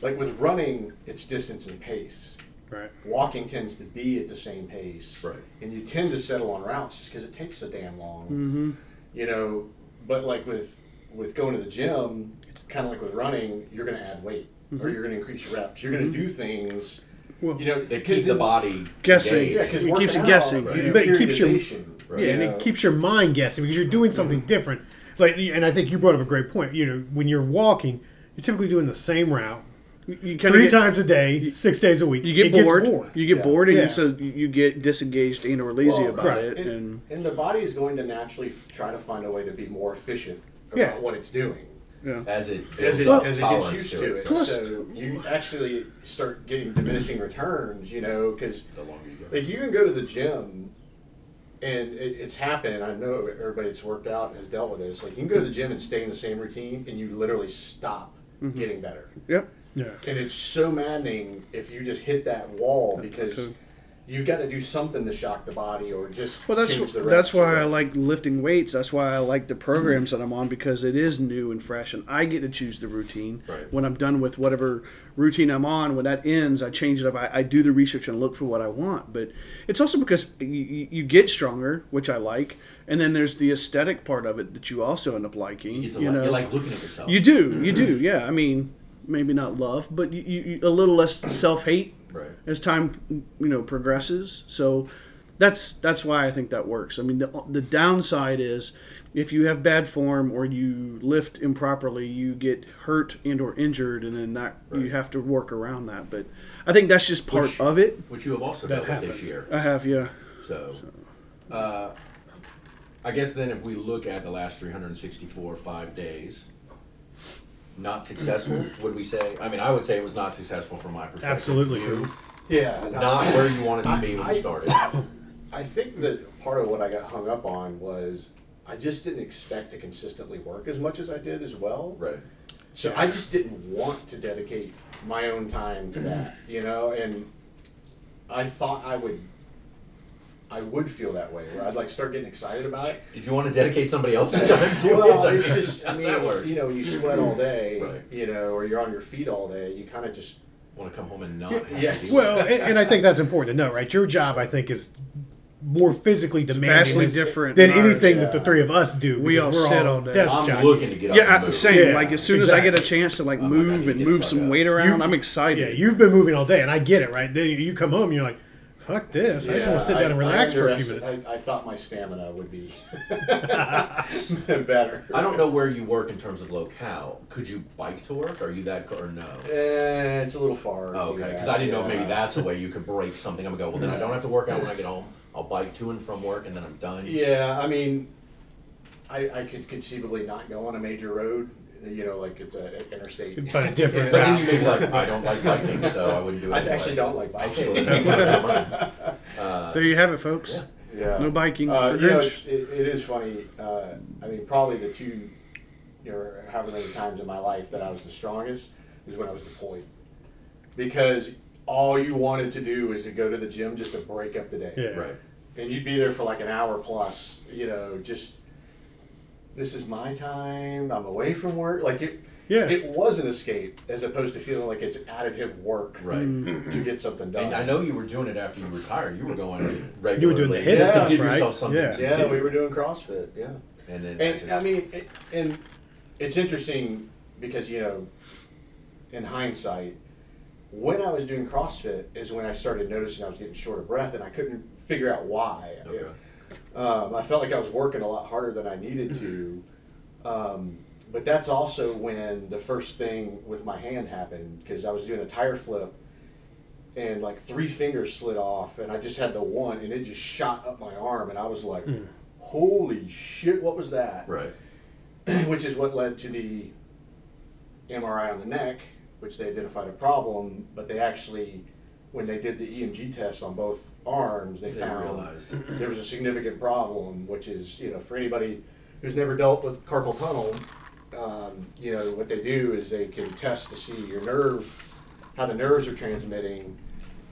Speaker 7: like with running, it's distance and pace.
Speaker 5: Right.
Speaker 7: Walking tends to be at the same pace,
Speaker 1: Right.
Speaker 7: And you tend to settle on routes just because it takes so damn long,
Speaker 6: Mm-hmm.
Speaker 7: you know. But like with with going to the gym, it's kind of like with running, you're going to add weight or you're going to increase your reps. You're going to do things,
Speaker 6: Mm-hmm. Well,
Speaker 7: you know,
Speaker 1: It keeps the
Speaker 7: in-
Speaker 1: body
Speaker 6: Guessing.
Speaker 7: Yeah,
Speaker 1: engaged.
Speaker 7: because
Speaker 6: It keeps you guessing.
Speaker 5: But it keeps your-
Speaker 1: Right.
Speaker 5: Yeah, and
Speaker 7: Yeah.
Speaker 5: it keeps your mind guessing because you're doing
Speaker 6: Mm-hmm.
Speaker 5: something different. Like, and I think you brought up a great point. You know, when you're walking, you're typically doing the same route
Speaker 6: You kind
Speaker 5: three
Speaker 6: of get,
Speaker 5: times a day, six days a week.
Speaker 6: you get
Speaker 5: It gets
Speaker 6: bored, You get
Speaker 7: Yeah.
Speaker 6: bored, and
Speaker 5: Yeah.
Speaker 6: you, so you get disengaged and or lazy
Speaker 7: Well,
Speaker 6: about
Speaker 5: right.
Speaker 6: it.
Speaker 7: And,
Speaker 6: And
Speaker 7: and the body is going to naturally f- try to find a way to be more efficient about
Speaker 5: Yeah.
Speaker 7: what it's doing
Speaker 1: As it,
Speaker 7: as
Speaker 1: builds
Speaker 7: it,
Speaker 1: up
Speaker 7: as it gets
Speaker 1: tolerance
Speaker 7: used to it.
Speaker 6: Plus-
Speaker 7: so you actually start getting diminishing returns, you know, because
Speaker 1: The longer you go.
Speaker 7: like you can go to the gym, and it, it's happened. I know everybody that's worked out has dealt with this. Like you can go to the gym and stay in the same routine, and you literally stop
Speaker 6: Mm-hmm.
Speaker 7: getting better.
Speaker 6: yep,
Speaker 5: Yeah.
Speaker 7: And it's so maddening if you just hit that wall because. You've got to do something to shock the body, or just
Speaker 6: well, that's
Speaker 7: change the reps
Speaker 6: that's
Speaker 7: or
Speaker 6: why I
Speaker 7: whatever.
Speaker 6: like lifting weights. That's why I like the programs that I'm on because it is new and fresh, and I get to choose the routine.
Speaker 1: Right.
Speaker 6: When I'm done with whatever routine I'm on, when that ends, I change it up. I, I do the research and look for what I want. But it's also because you, you you get stronger, which I like, and then there's the aesthetic part of it that you also end up liking.
Speaker 1: It's a
Speaker 6: you
Speaker 1: lot-
Speaker 6: know,
Speaker 1: you're like looking at yourself.
Speaker 6: You do, you do, yeah. I mean, maybe not love, but you, you, you a little less self hate
Speaker 1: Right.
Speaker 6: as time you know progresses. So that's that's why I think that works. I mean, the the downside is if you have bad form or you lift improperly, you get hurt and or injured, and then that you
Speaker 1: Right.
Speaker 6: have to work around that. But I think that's just part
Speaker 1: Which-
Speaker 6: of it.
Speaker 1: Which you have also
Speaker 5: That
Speaker 1: dealt with this
Speaker 5: happened.
Speaker 1: year.
Speaker 6: I have, yeah.
Speaker 1: So, uh, I guess then if we look at the last 364 five days, not successful,
Speaker 7: Mm-hmm.
Speaker 1: would we say? I mean, I would say it was not successful from my perspective.
Speaker 5: Absolutely
Speaker 1: You-
Speaker 5: true.
Speaker 7: yeah, no.
Speaker 1: Not where you wanted to be when
Speaker 7: I-
Speaker 1: you started.
Speaker 7: I think that part of what I got hung up on was I just didn't expect to consistently work as much as I did as well.
Speaker 1: Right.
Speaker 7: So I just didn't want to dedicate my own time to that,
Speaker 5: Mm-hmm.
Speaker 7: you know, and I thought I would I would feel that way where I'd like start getting excited about it.
Speaker 1: Did you want to dedicate somebody else's time to
Speaker 7: Well,
Speaker 1: it?
Speaker 7: it's just I
Speaker 1: How's that work?
Speaker 7: mean, you know, you sweat all day,
Speaker 1: Right.
Speaker 7: you know, or you're on your feet all day, you kind of just
Speaker 1: want to come home and not. have to
Speaker 7: yes.
Speaker 1: do that.
Speaker 5: Well, and, and I think that's important to know, right? Your job, I think, is more physically demanding
Speaker 6: vastly
Speaker 5: than-
Speaker 6: different
Speaker 5: than
Speaker 6: than ours,
Speaker 5: anything
Speaker 7: yeah.
Speaker 5: that the three of us do.
Speaker 6: We
Speaker 5: because
Speaker 6: all
Speaker 5: we're
Speaker 6: sit all day.
Speaker 5: desk
Speaker 1: I'm
Speaker 5: jockeys.
Speaker 1: looking to get up.
Speaker 6: Yeah,
Speaker 1: and
Speaker 6: I-
Speaker 1: move.
Speaker 6: same.
Speaker 5: Yeah,
Speaker 6: like as soon as I get a
Speaker 5: exactly.
Speaker 6: chance to like
Speaker 1: Oh my God,
Speaker 6: move
Speaker 1: you get
Speaker 6: and move
Speaker 1: fucked
Speaker 6: some
Speaker 1: up.
Speaker 6: weight around,
Speaker 5: You've-
Speaker 6: I'm excited.
Speaker 5: Yeah, you've been moving all day, and I get it, right? Then you come home, and you're like, "Fuck this! I just want to sit down and
Speaker 7: I- I
Speaker 5: relax for a few
Speaker 7: underest-
Speaker 5: minutes."
Speaker 7: I, I thought my stamina would be better.
Speaker 1: I don't know where you work in terms of locale. Could you bike to work? Are you that co- or no?
Speaker 7: Eh, it's a little far.
Speaker 1: Oh, okay,
Speaker 7: Yeah,
Speaker 1: because I didn't know if maybe
Speaker 7: yeah.
Speaker 1: that's a way you could break something. I'm gonna go. Well, then I don't have to work out when I get home. I'll bike to and from work, and then I'm done.
Speaker 7: Yeah, I mean, I, I could conceivably not go on a major road, you know, like it's a interstate.
Speaker 5: But a different
Speaker 1: But then
Speaker 5: route.
Speaker 1: you may be like, I don't like biking, so I wouldn't do it.
Speaker 7: I
Speaker 1: anyway.
Speaker 7: actually don't like
Speaker 1: Okay,
Speaker 7: biking.
Speaker 1: well, then never mind. Uh,
Speaker 6: There you have it, folks.
Speaker 1: Yeah.
Speaker 7: Yeah.
Speaker 6: No biking
Speaker 7: Uh,
Speaker 6: for
Speaker 7: you know,
Speaker 6: Grinch.
Speaker 7: it's, it, it is funny. Uh, I mean, probably the two, you know, however many times in my life that I was the strongest is when I was deployed, because all you wanted to do was to go to the gym just to break up the day,
Speaker 5: Yeah.
Speaker 1: right.
Speaker 7: and you'd be there for like an hour plus. You know, just this is my time. I'm away from work. Like it.
Speaker 5: Yeah.
Speaker 7: It was an escape as opposed to feeling like it's additive work
Speaker 1: Right.
Speaker 5: Mm.
Speaker 7: to get something done.
Speaker 1: And I know you were doing it after you retired. You were going regularly.
Speaker 5: You were doing the hit
Speaker 1: just
Speaker 7: stuff,
Speaker 1: to give
Speaker 5: right?
Speaker 1: yourself something
Speaker 5: Yeah.
Speaker 1: to
Speaker 7: Yeah,
Speaker 1: do.
Speaker 7: we were doing CrossFit. Yeah.
Speaker 1: And then
Speaker 7: And
Speaker 1: just,
Speaker 7: I mean, it, and it's interesting because you know, in hindsight, when I was doing CrossFit is when I started noticing I was getting short of breath, and I couldn't figure out why.
Speaker 1: Okay.
Speaker 7: Um, I felt like I was working a lot harder than I needed to. Um, but that's also when the first thing with my hand happened because I was doing a tire flip and like three fingers slid off and I just had the one and it just shot up my arm and I was like, holy shit, what was that?
Speaker 1: right.
Speaker 7: which is what led to the MRI on the neck, which they identified a problem, but they actually, when they did the EMG test on both arms, they,
Speaker 1: They
Speaker 7: found
Speaker 1: realized.
Speaker 7: there was a significant problem, which is, you know, for anybody who's never dealt with carpal tunnel, um, you know, what they do is they can test to see your nerve, how the nerves are transmitting,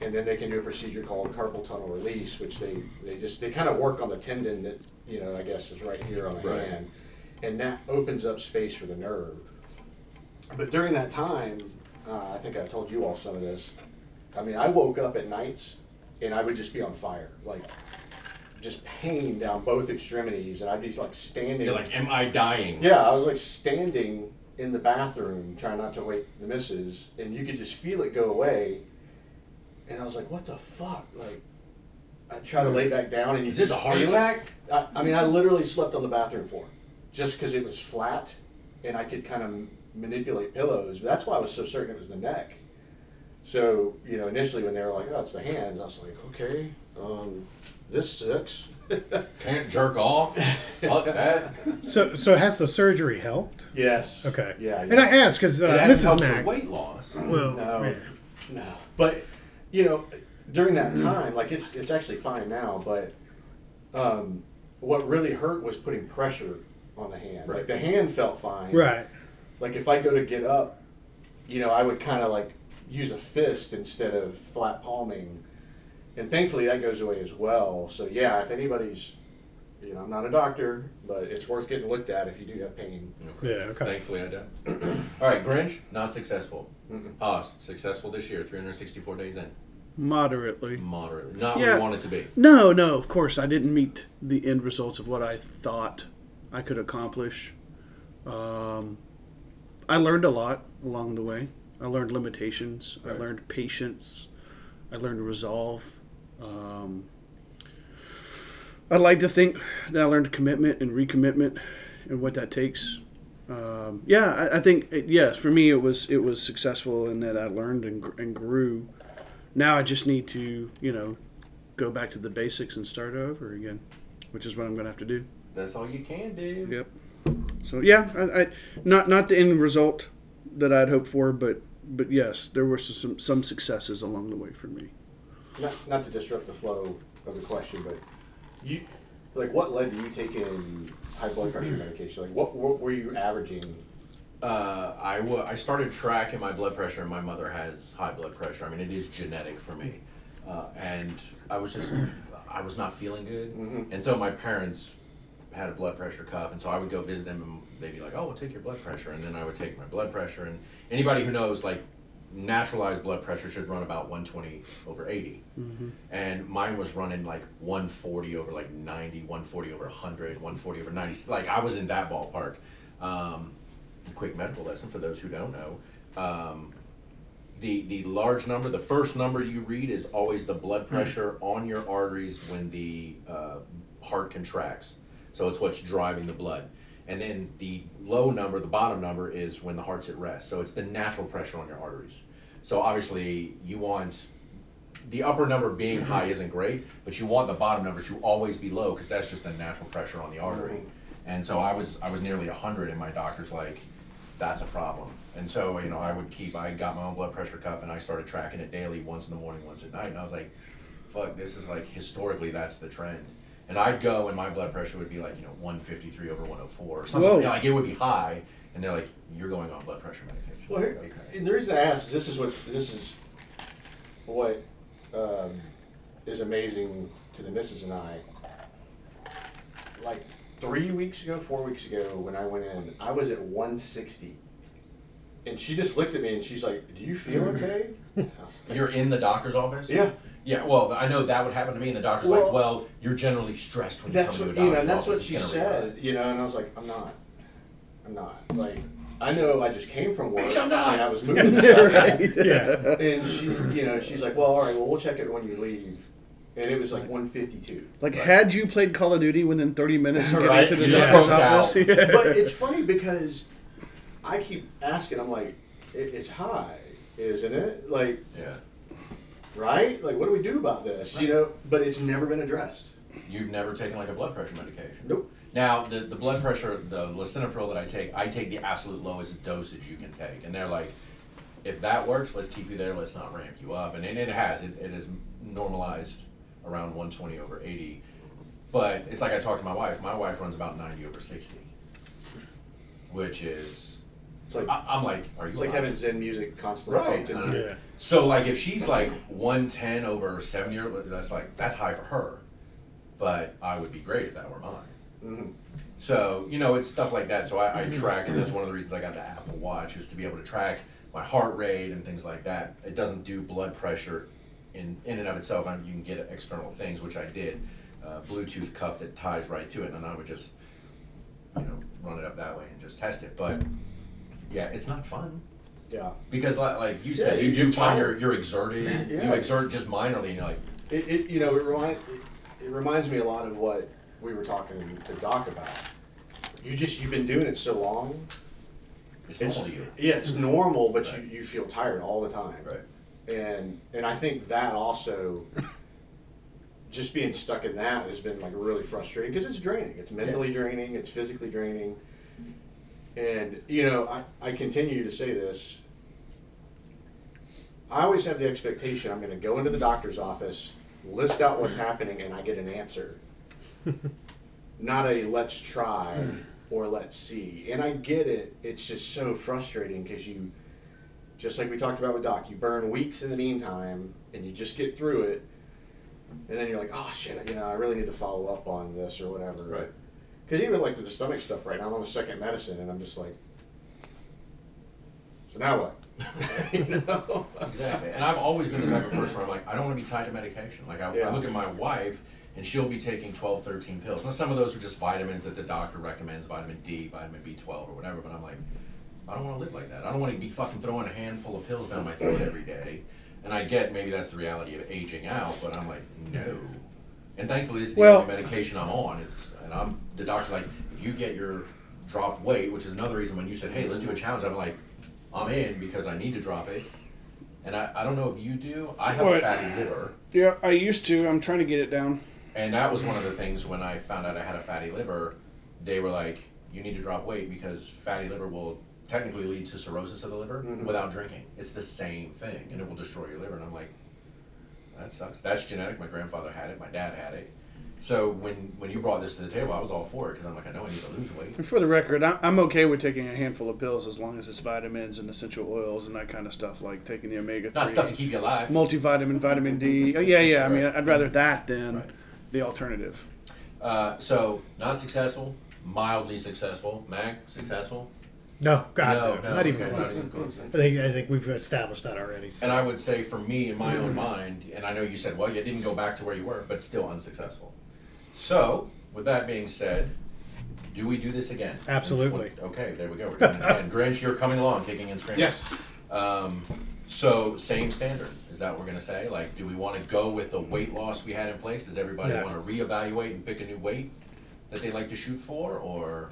Speaker 7: and then they can do a procedure called carpal tunnel release, which they, they just, they kind of work on the tendon that, you know, I guess is right here on the
Speaker 1: Right.
Speaker 7: hand. And that opens up space for the nerve. But during that time, uh, I think I've told you all some of this. I mean, I woke up at nights and I would just be on fire, like just pain down both extremities, and I'd be like standing.
Speaker 1: You're like, am I dying?
Speaker 7: yeah, I was like standing in the bathroom trying not to wake the missus, and you could just feel it go away. And I was like, what the fuck? Like, I try to lay back down, and you
Speaker 1: Is this
Speaker 7: just
Speaker 1: a heart
Speaker 7: feel it.
Speaker 1: attack?
Speaker 7: I, I mean, I literally slept on the bathroom floor just because it was flat and I could kind of manipulate pillows. But that's why I was so certain it was the neck. So, you know, initially when they were like, oh, it's the hands, I was like, okay, um, this sucks.
Speaker 1: Can't jerk off. Fuck that.
Speaker 5: So, so has the surgery helped?
Speaker 7: yes.
Speaker 5: Okay.
Speaker 7: Yeah.
Speaker 5: And I asked because uh,
Speaker 1: It hasn't
Speaker 5: Mrs.
Speaker 1: helped your
Speaker 5: Mack.
Speaker 1: weight loss.
Speaker 5: Well,
Speaker 7: No.
Speaker 5: yeah.
Speaker 7: No, but you know, during that time, like it's it's actually fine now. But um, what really hurt was putting pressure on the hand. Like
Speaker 1: Right.
Speaker 7: the hand felt fine.
Speaker 5: right.
Speaker 7: Like if I go to get up, you know, I would kind of like use a fist instead of flat palming, and thankfully that goes away as well. So yeah, if anybody's, you know, I'm not a doctor, but it's worth getting looked at if you do have pain.
Speaker 5: Yeah. Okay.
Speaker 1: Thankfully, I don't. All right, Grinch, not successful. Haas, successful this year, 364 days in,
Speaker 6: Moderately.
Speaker 1: moderately, not where
Speaker 6: Yeah.
Speaker 1: you want it to be.
Speaker 6: No, no, of course. I didn't meet the end results of what I thought I could accomplish. Um, I learned a lot along the way. I learned limitations. I
Speaker 1: Right.
Speaker 6: learned patience. I learned resolve. Um, I'd like to think that I learned commitment and recommitment and what that takes. Um, yeah, I, I think it, yes. For me, it was it was successful in that I learned and, gr- and grew. Now I just need to you know go back to the basics and start over again, which is what I'm going to have to do.
Speaker 1: That's all you can do.
Speaker 6: Yep. So yeah, I, I not not the end result that I'd hoped for, but but yes, there were some some successes along the way for me.
Speaker 7: not, not to disrupt the flow of the question, but you like what led to you taking high blood pressure medication? Like what, what were you averaging?
Speaker 1: Uh, I wa- I started tracking my blood pressure, and my mother has high blood pressure. I mean, it is genetic for me, uh, and I was just I was not feeling good, and so my parents had a blood pressure cuff, and so I would go visit them, and they'd be like, "Oh, we'll take your blood pressure," and then I would take my blood pressure, and anybody who knows like naturalized blood pressure should run about 120 over 80 and mine was running like 140 over like 90 140 over 100 140 over 90 like i was in that ballpark um, quick medical lesson for those who don't know um, the the large number the first number you read is always the blood pressure on your arteries when the uh, heart contracts so it's what's driving the blood and then the low number the bottom number is when the heart's at rest so it's the natural pressure on your arteries so obviously you want the upper number being
Speaker 7: Mm-hmm.
Speaker 1: high isn't great, but you want the bottom number to always be low because that's just the natural pressure on the artery.
Speaker 7: Mm-hmm.
Speaker 1: And so I was I was nearly hundred, and my doctor's like, "That's a problem." And so you know I would keep I got my own blood pressure cuff, and I started tracking it daily, once in the morning, once at night, and I was like, fuck, this is like historically that's the trend. And I'd go and my blood pressure would be like, you know, 153 over 104 or something.
Speaker 6: Whoa.
Speaker 1: Yeah, like it would be high. And they're like, you're going on blood pressure medication.
Speaker 7: Well, here, and the reason I ask is this is what this is what um, is amazing to the missus and I. Like three weeks ago, four weeks ago, when I went in, I was at 160, and she just looked at me and she's like, "Do you feel okay?" I was like,
Speaker 1: You're in the doctor's office?
Speaker 7: Yeah.
Speaker 1: Yeah, well, I know that would happen to me, and the doctor's like,
Speaker 7: Well-
Speaker 1: well, you're generally stressed when
Speaker 7: that's
Speaker 1: you come
Speaker 7: what
Speaker 1: to a
Speaker 7: you know.
Speaker 1: doctor's
Speaker 7: and That's what
Speaker 1: office.
Speaker 7: she
Speaker 1: It's gonna
Speaker 7: said, you know. And I was like, "I'm not. I'm not." Like, I know I just came from work,
Speaker 1: Bitch, I'm not.
Speaker 7: and I was moving stuff.
Speaker 5: Yeah.
Speaker 7: And she, you know, she's like, "Well, all right, well, we'll check it when you leave." And it was like 152.
Speaker 6: Like, had you played Call of Duty within 30 minutes of getting
Speaker 1: Right,
Speaker 6: to the
Speaker 1: you
Speaker 6: doctor's
Speaker 1: scoped out.
Speaker 6: office? Yeah.
Speaker 7: But it's funny because I keep asking. I'm like, it, "It's high, isn't it?" Like,
Speaker 1: Yeah.
Speaker 7: right? Like, what do we do about this? You know? But it's never been addressed.
Speaker 1: You've never taken like a blood pressure medication.
Speaker 7: Nope.
Speaker 1: Now the, the blood pressure, the lisinopril that I take, I take the absolute lowest dosage you can take, and they're like, if that works, let's keep you there. Let's not ramp you up, and, and it has. It, it is normalized around 120 over 80, but it's like I talked to my wife. My wife runs about 90 over 60, which is
Speaker 7: It's like
Speaker 1: I, I'm like, are you
Speaker 7: it's like
Speaker 1: alive?
Speaker 7: having Zen music constantly
Speaker 1: Right.
Speaker 7: pumped in.
Speaker 5: Yeah.
Speaker 1: So like if she's like one ten over seventy, or that's like that's high for her, but I would be great if that were mine.
Speaker 7: Mhm.
Speaker 1: So you know it's stuff like that. So I, I track, and that's one of the reasons I got the Apple Watch is to be able to track my heart rate and things like that. It doesn't do blood pressure in in and of itself. I mean, you can get external things, which I did, uh, Bluetooth cuff that ties right to it, and I would just you know run it up that way and just test it. But yeah, it's not fun.
Speaker 7: Yeah.
Speaker 1: Because like, like you said,
Speaker 7: Yeah,
Speaker 1: you
Speaker 7: you
Speaker 1: do
Speaker 7: get
Speaker 1: find
Speaker 7: tired.
Speaker 1: you're, you're exerted.
Speaker 7: Yeah.
Speaker 1: You exert just minorly, and you're like,
Speaker 7: It, it you know it, remind, it, it reminds me a lot of what we were talking to Doc about. You just you've been doing it so long.
Speaker 1: it's
Speaker 7: It's-
Speaker 1: normal to you.
Speaker 7: Yeah, it's normal, but
Speaker 1: Right.
Speaker 7: you, you feel tired all the time.
Speaker 1: Right.
Speaker 7: And and I think that also, just being stuck in that has been like really frustrating because it's draining. It's mentally
Speaker 1: Yes.
Speaker 7: draining. It's physically draining. And you know, I, I continue to say this. I always have the expectation I'm going to go into the doctor's office, list out what's happening, and I get an answer. Not a let's try
Speaker 6: Hmm.
Speaker 7: or let's see. And I get it. It's just so frustrating because you, just like we talked about with Doc, you burn weeks in the meantime and you just get through it. And then you're like, oh shit, you know, I really need to follow up on this or whatever.
Speaker 1: Right.
Speaker 7: Because even like with the stomach stuff right now, I'm on the second medicine and I'm just like, so now what? you know?
Speaker 1: Exactly. And I've always been the type of person where I'm like, I don't want to be tied to medication. Like, I,
Speaker 7: Yeah.
Speaker 1: I look at my wife, and she'll be taking 12, 13 pills. Now, some of those are just vitamins that the doctor recommends vitamin D, vitamin B12, or whatever. But I'm like, I don't want to live like that. I don't want to be fucking throwing a handful of pills down my throat every day. And I get maybe that's the reality of aging out, but I'm like, no. And thankfully, this is the
Speaker 6: Well-
Speaker 1: only medication I'm on. Is and I'm the doctor's like, if you get your drop weight, which is another reason when you said, hey, let's do a challenge, I'm like, I'm in because I need to drop it. And I, I don't know if you do. I have a
Speaker 6: What?
Speaker 1: fatty liver.
Speaker 6: yeah, I used to. I'm trying to get it down.
Speaker 1: And that was one of the things when I found out I had a fatty liver, they were like, you need to drop weight because fatty liver will technically lead to cirrhosis of the liver without drinking. It's the same thing and it will destroy your liver. And I'm like, that sucks. That's genetic. My grandfather had it, my dad had it. So when, when you brought this to the table, I was all for it because I'm like, I know I need to lose weight.
Speaker 6: And for the record, I, I'm okay with taking a handful of pills as long as it's vitamins and essential oils and that kind of stuff, like taking the omega 3.
Speaker 1: Not stuff to keep you alive.
Speaker 6: Multivitamin, vitamin D. Oh, yeah, yeah. I mean,
Speaker 1: Right.
Speaker 6: I'd rather that than
Speaker 1: Right.
Speaker 6: the alternative.
Speaker 1: Uh, so not successful, mildly successful, mag successful.
Speaker 5: No, God,
Speaker 1: No,
Speaker 5: no,
Speaker 1: no,
Speaker 5: not even
Speaker 1: okay,
Speaker 5: close.
Speaker 1: Not even close.
Speaker 5: I think I think we've established that already. so-
Speaker 1: And I would say for me, in my own mind, and I know you said, well, you didn't go back to where you were, but still unsuccessful. So, with that being said, do we do this again?
Speaker 5: Absolutely.
Speaker 1: Okay, there we go. We're doing it again. Grinch, you're coming along, kicking and screaming.
Speaker 7: Yes.
Speaker 1: Um, so, same standard. Is that what we're going to say? Like, do we want to go with the weight loss we had in place? Does everybody
Speaker 5: No.
Speaker 1: want to reevaluate and pick a new weight that they like to shoot for? Or.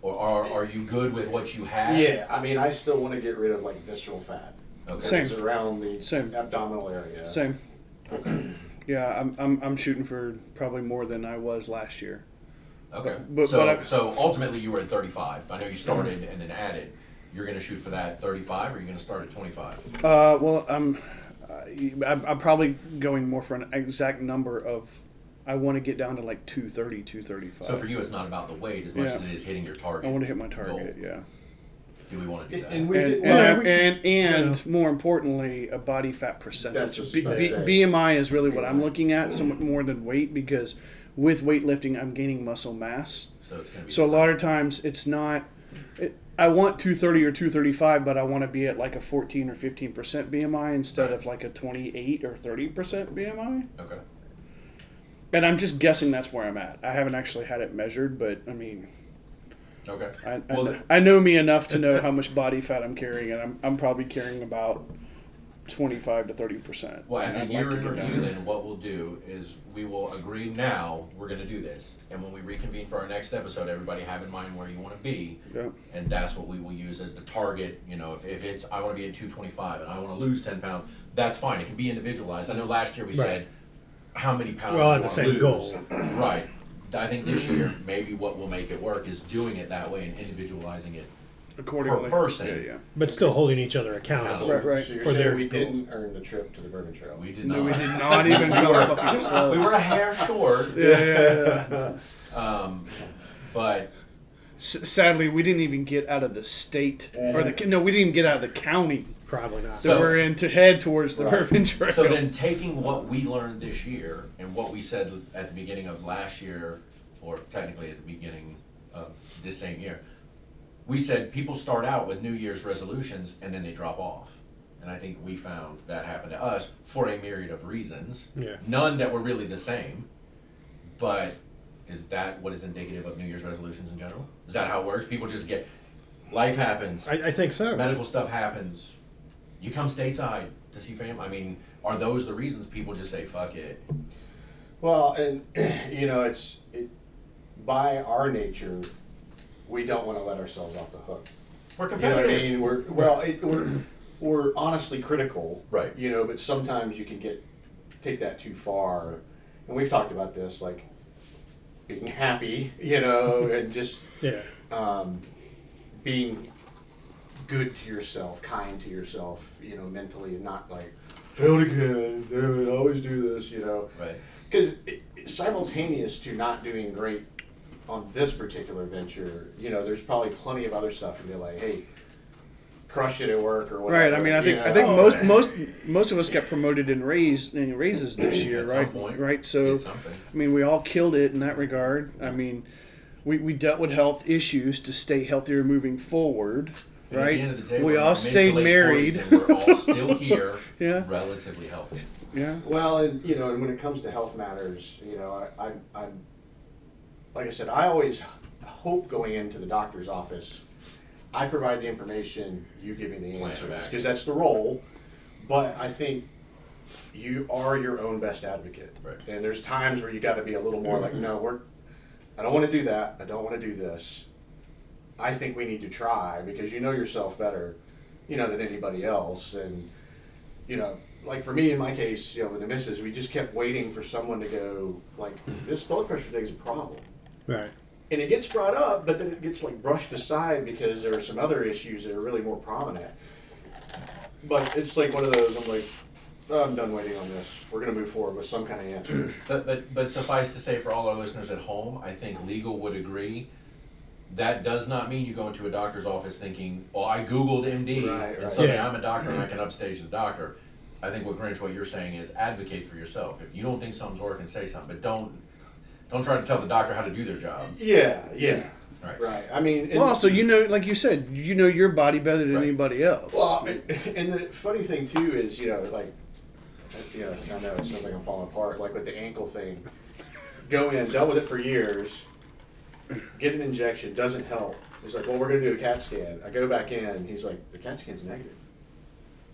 Speaker 1: Or are, are you good with what you have?
Speaker 7: yeah, I mean, I still want to get rid of like visceral fat.
Speaker 1: Okay.
Speaker 6: Same.
Speaker 7: It's around the
Speaker 6: Same.
Speaker 7: abdominal area.
Speaker 6: Same. Yeah, I'm, I'm, I'm shooting for probably more than I was last year.
Speaker 1: Okay.
Speaker 6: But-
Speaker 1: so,
Speaker 6: but I-
Speaker 1: so ultimately, you were at 35. I know you started and then added. You're going to shoot for that 35, or you're going to start at 25?
Speaker 6: Uh, well, I'm. I'm, I'm probably going more for an exact number of. I want to get down to like 230, 235.
Speaker 1: So for you, it's not about the weight as much
Speaker 6: Yeah.
Speaker 1: as it is hitting your target.
Speaker 6: I want to hit my
Speaker 1: goal.
Speaker 6: target, yeah.
Speaker 1: Do we want to do that?
Speaker 7: And we
Speaker 6: And,
Speaker 7: did,
Speaker 6: and,
Speaker 7: well,
Speaker 5: yeah,
Speaker 6: I-
Speaker 5: we-
Speaker 6: and, and more importantly, a body fat percentage.
Speaker 7: That's what I was
Speaker 6: B-
Speaker 7: about to
Speaker 6: B-
Speaker 7: say.
Speaker 6: BMI is really what I'm looking at, somewhat more than weight, because with weightlifting, I'm gaining muscle mass.
Speaker 1: so it's going to be.
Speaker 6: So a lot of times it's not. It, I want 230 or 235, but I want to be at like a 14 or 15 percent BMI instead of like a 28 or 30 percent BMI.
Speaker 1: okay.
Speaker 6: And I'm just guessing that's where I'm at. I haven't actually had it measured, but I mean,
Speaker 1: Okay.
Speaker 6: I, I,
Speaker 1: Well,
Speaker 6: kn-
Speaker 1: the-
Speaker 6: I know me enough to know how much body fat I'm carrying, and I'm, I'm probably carrying about 25 to 30 percent.
Speaker 1: Well, as a year in review, then what we'll do is we will agree now we're going to do this, and when we reconvene for our next episode, everybody have in mind where you want to be,
Speaker 6: Yep.
Speaker 1: and that's what we will use as the target. You know, if, if it's I want to be at two twenty five and I want to lose ten pounds, that's fine. It can be individualized. I know last year we said how many pounds.
Speaker 5: Well,
Speaker 1: do
Speaker 5: at
Speaker 1: you
Speaker 5: the
Speaker 1: wanna
Speaker 5: same
Speaker 1: lose?
Speaker 5: goal.
Speaker 1: right. I think this year maybe what will make it work is doing it that way and individualizing it. per
Speaker 6: accordingly.
Speaker 1: person.
Speaker 6: Yeah, yeah.
Speaker 5: but still holding each other accountable.
Speaker 1: Right,
Speaker 6: right.
Speaker 7: So you're
Speaker 5: For
Speaker 7: saying
Speaker 5: their
Speaker 7: we
Speaker 5: goals.
Speaker 7: didn't earn the trip to the Bourbon Trail?
Speaker 1: We did not.
Speaker 6: No, we did not even come fucking close.
Speaker 1: We were a hair short,
Speaker 6: yeah, yeah, yeah.
Speaker 1: um, but
Speaker 6: S- sadly, we didn't even get out of the state or the no, we didn't even get out of the county
Speaker 5: Probably not.
Speaker 6: that
Speaker 1: So-
Speaker 6: we're in to head towards the
Speaker 7: Right.
Speaker 6: Bourbon Trail.
Speaker 1: So then, taking what we learned this year and what we said at the beginning of last year, or technically at the beginning of this same year, we said people start out with New Year's resolutions and then they drop off. And I think we found that happened to us for a myriad of reasons.
Speaker 5: Yeah.
Speaker 1: None that were really the same. But is that what is indicative of New Year's resolutions in general? Is that how it works? People just get life happens
Speaker 5: I, I think so.
Speaker 1: medical stuff happens. You come stateside to see family. I mean, are those the reasons people just say fuck it?
Speaker 7: Well, and you know, it's it, by our nature, we don't want to let ourselves off the hook.
Speaker 1: We're
Speaker 7: You know what I
Speaker 1: competitive.
Speaker 7: mean? We're well, it, we're we're honestly critical,
Speaker 1: Right.
Speaker 7: You know, but sometimes you can get take that too far, and we've talked about this, like being happy, you know, and just
Speaker 5: yeah.
Speaker 7: um, being good to yourself, kind to yourself, you know, mentally, and not like failed again. damn it, I always do this, you know.
Speaker 1: Right.
Speaker 7: Because simultaneous to not doing great on this particular venture, you know, there's probably plenty of other stuff to be like, hey, crush it at work or whatever.
Speaker 6: right. I mean, I
Speaker 7: you
Speaker 6: think
Speaker 7: know?
Speaker 6: I think most most most of us got promoted and raised and raises this year,
Speaker 1: At
Speaker 6: right?
Speaker 1: some point.
Speaker 6: Right. So
Speaker 1: Did something.
Speaker 6: I mean, we all killed it in that regard. I mean, we, we dealt with health issues to stay healthier moving forward.
Speaker 1: And
Speaker 6: Right.
Speaker 1: At the end of the day,
Speaker 6: we
Speaker 1: we're
Speaker 6: all
Speaker 1: mid to
Speaker 6: stayed
Speaker 1: late
Speaker 6: married.
Speaker 1: 40s and we're all still here,
Speaker 6: Yeah.
Speaker 1: relatively healthy.
Speaker 6: yeah.
Speaker 7: Well, and you know, and when it comes to health matters, you know, I, I, I'm, like I said, I always hope going into the doctor's office, I provide the information, you give me the
Speaker 1: Plan of
Speaker 7: answers,
Speaker 1: action.
Speaker 7: because that's the role. But I think you are your own best advocate,
Speaker 1: Right.
Speaker 7: and there's times where you got to be a little more like, no, we're, I don't want to do that, I don't want to do this. I think we need to try because you know yourself better, you know, than anybody else, and you know, like for me in my case, you know, with the missus, we just kept waiting for someone to go like, this blood pressure thing is a problem,
Speaker 5: Right.
Speaker 7: and it gets brought up, but then it gets like brushed aside because there are some other issues that are really more prominent. But it's like one of those. I'm like, "Oh, I'm done waiting on this. We're gonna move forward with some kind of answer.
Speaker 1: But, but, but suffice to say, for all our listeners at home, I think legal would agree. That does not mean you go into a doctor's office thinking, "Oh, I Googled MD,
Speaker 7: Right,
Speaker 1: and
Speaker 7: right.
Speaker 1: suddenly
Speaker 5: Yeah.
Speaker 1: I'm a doctor and I can upstage the doctor." I think what Grinch, what you're saying is advocate for yourself. If you don't think something's working, say something, but don't don't try to tell the doctor how to do their job.
Speaker 7: yeah, yeah,
Speaker 1: Right.
Speaker 7: right. I mean, and-
Speaker 6: Well, also, Oh, you know, like you said, you know your body better than
Speaker 1: Right.
Speaker 6: anybody else.
Speaker 7: Well, and- and the funny thing too is, you know, like, you know, I know it sounds like I'm falling apart, like with the ankle thing. Go in, dealt with it for years, get an injection, doesn't help. He's like, well, we're gonna do a CAT scan. I go back in, he's like, the CAT scan's negative.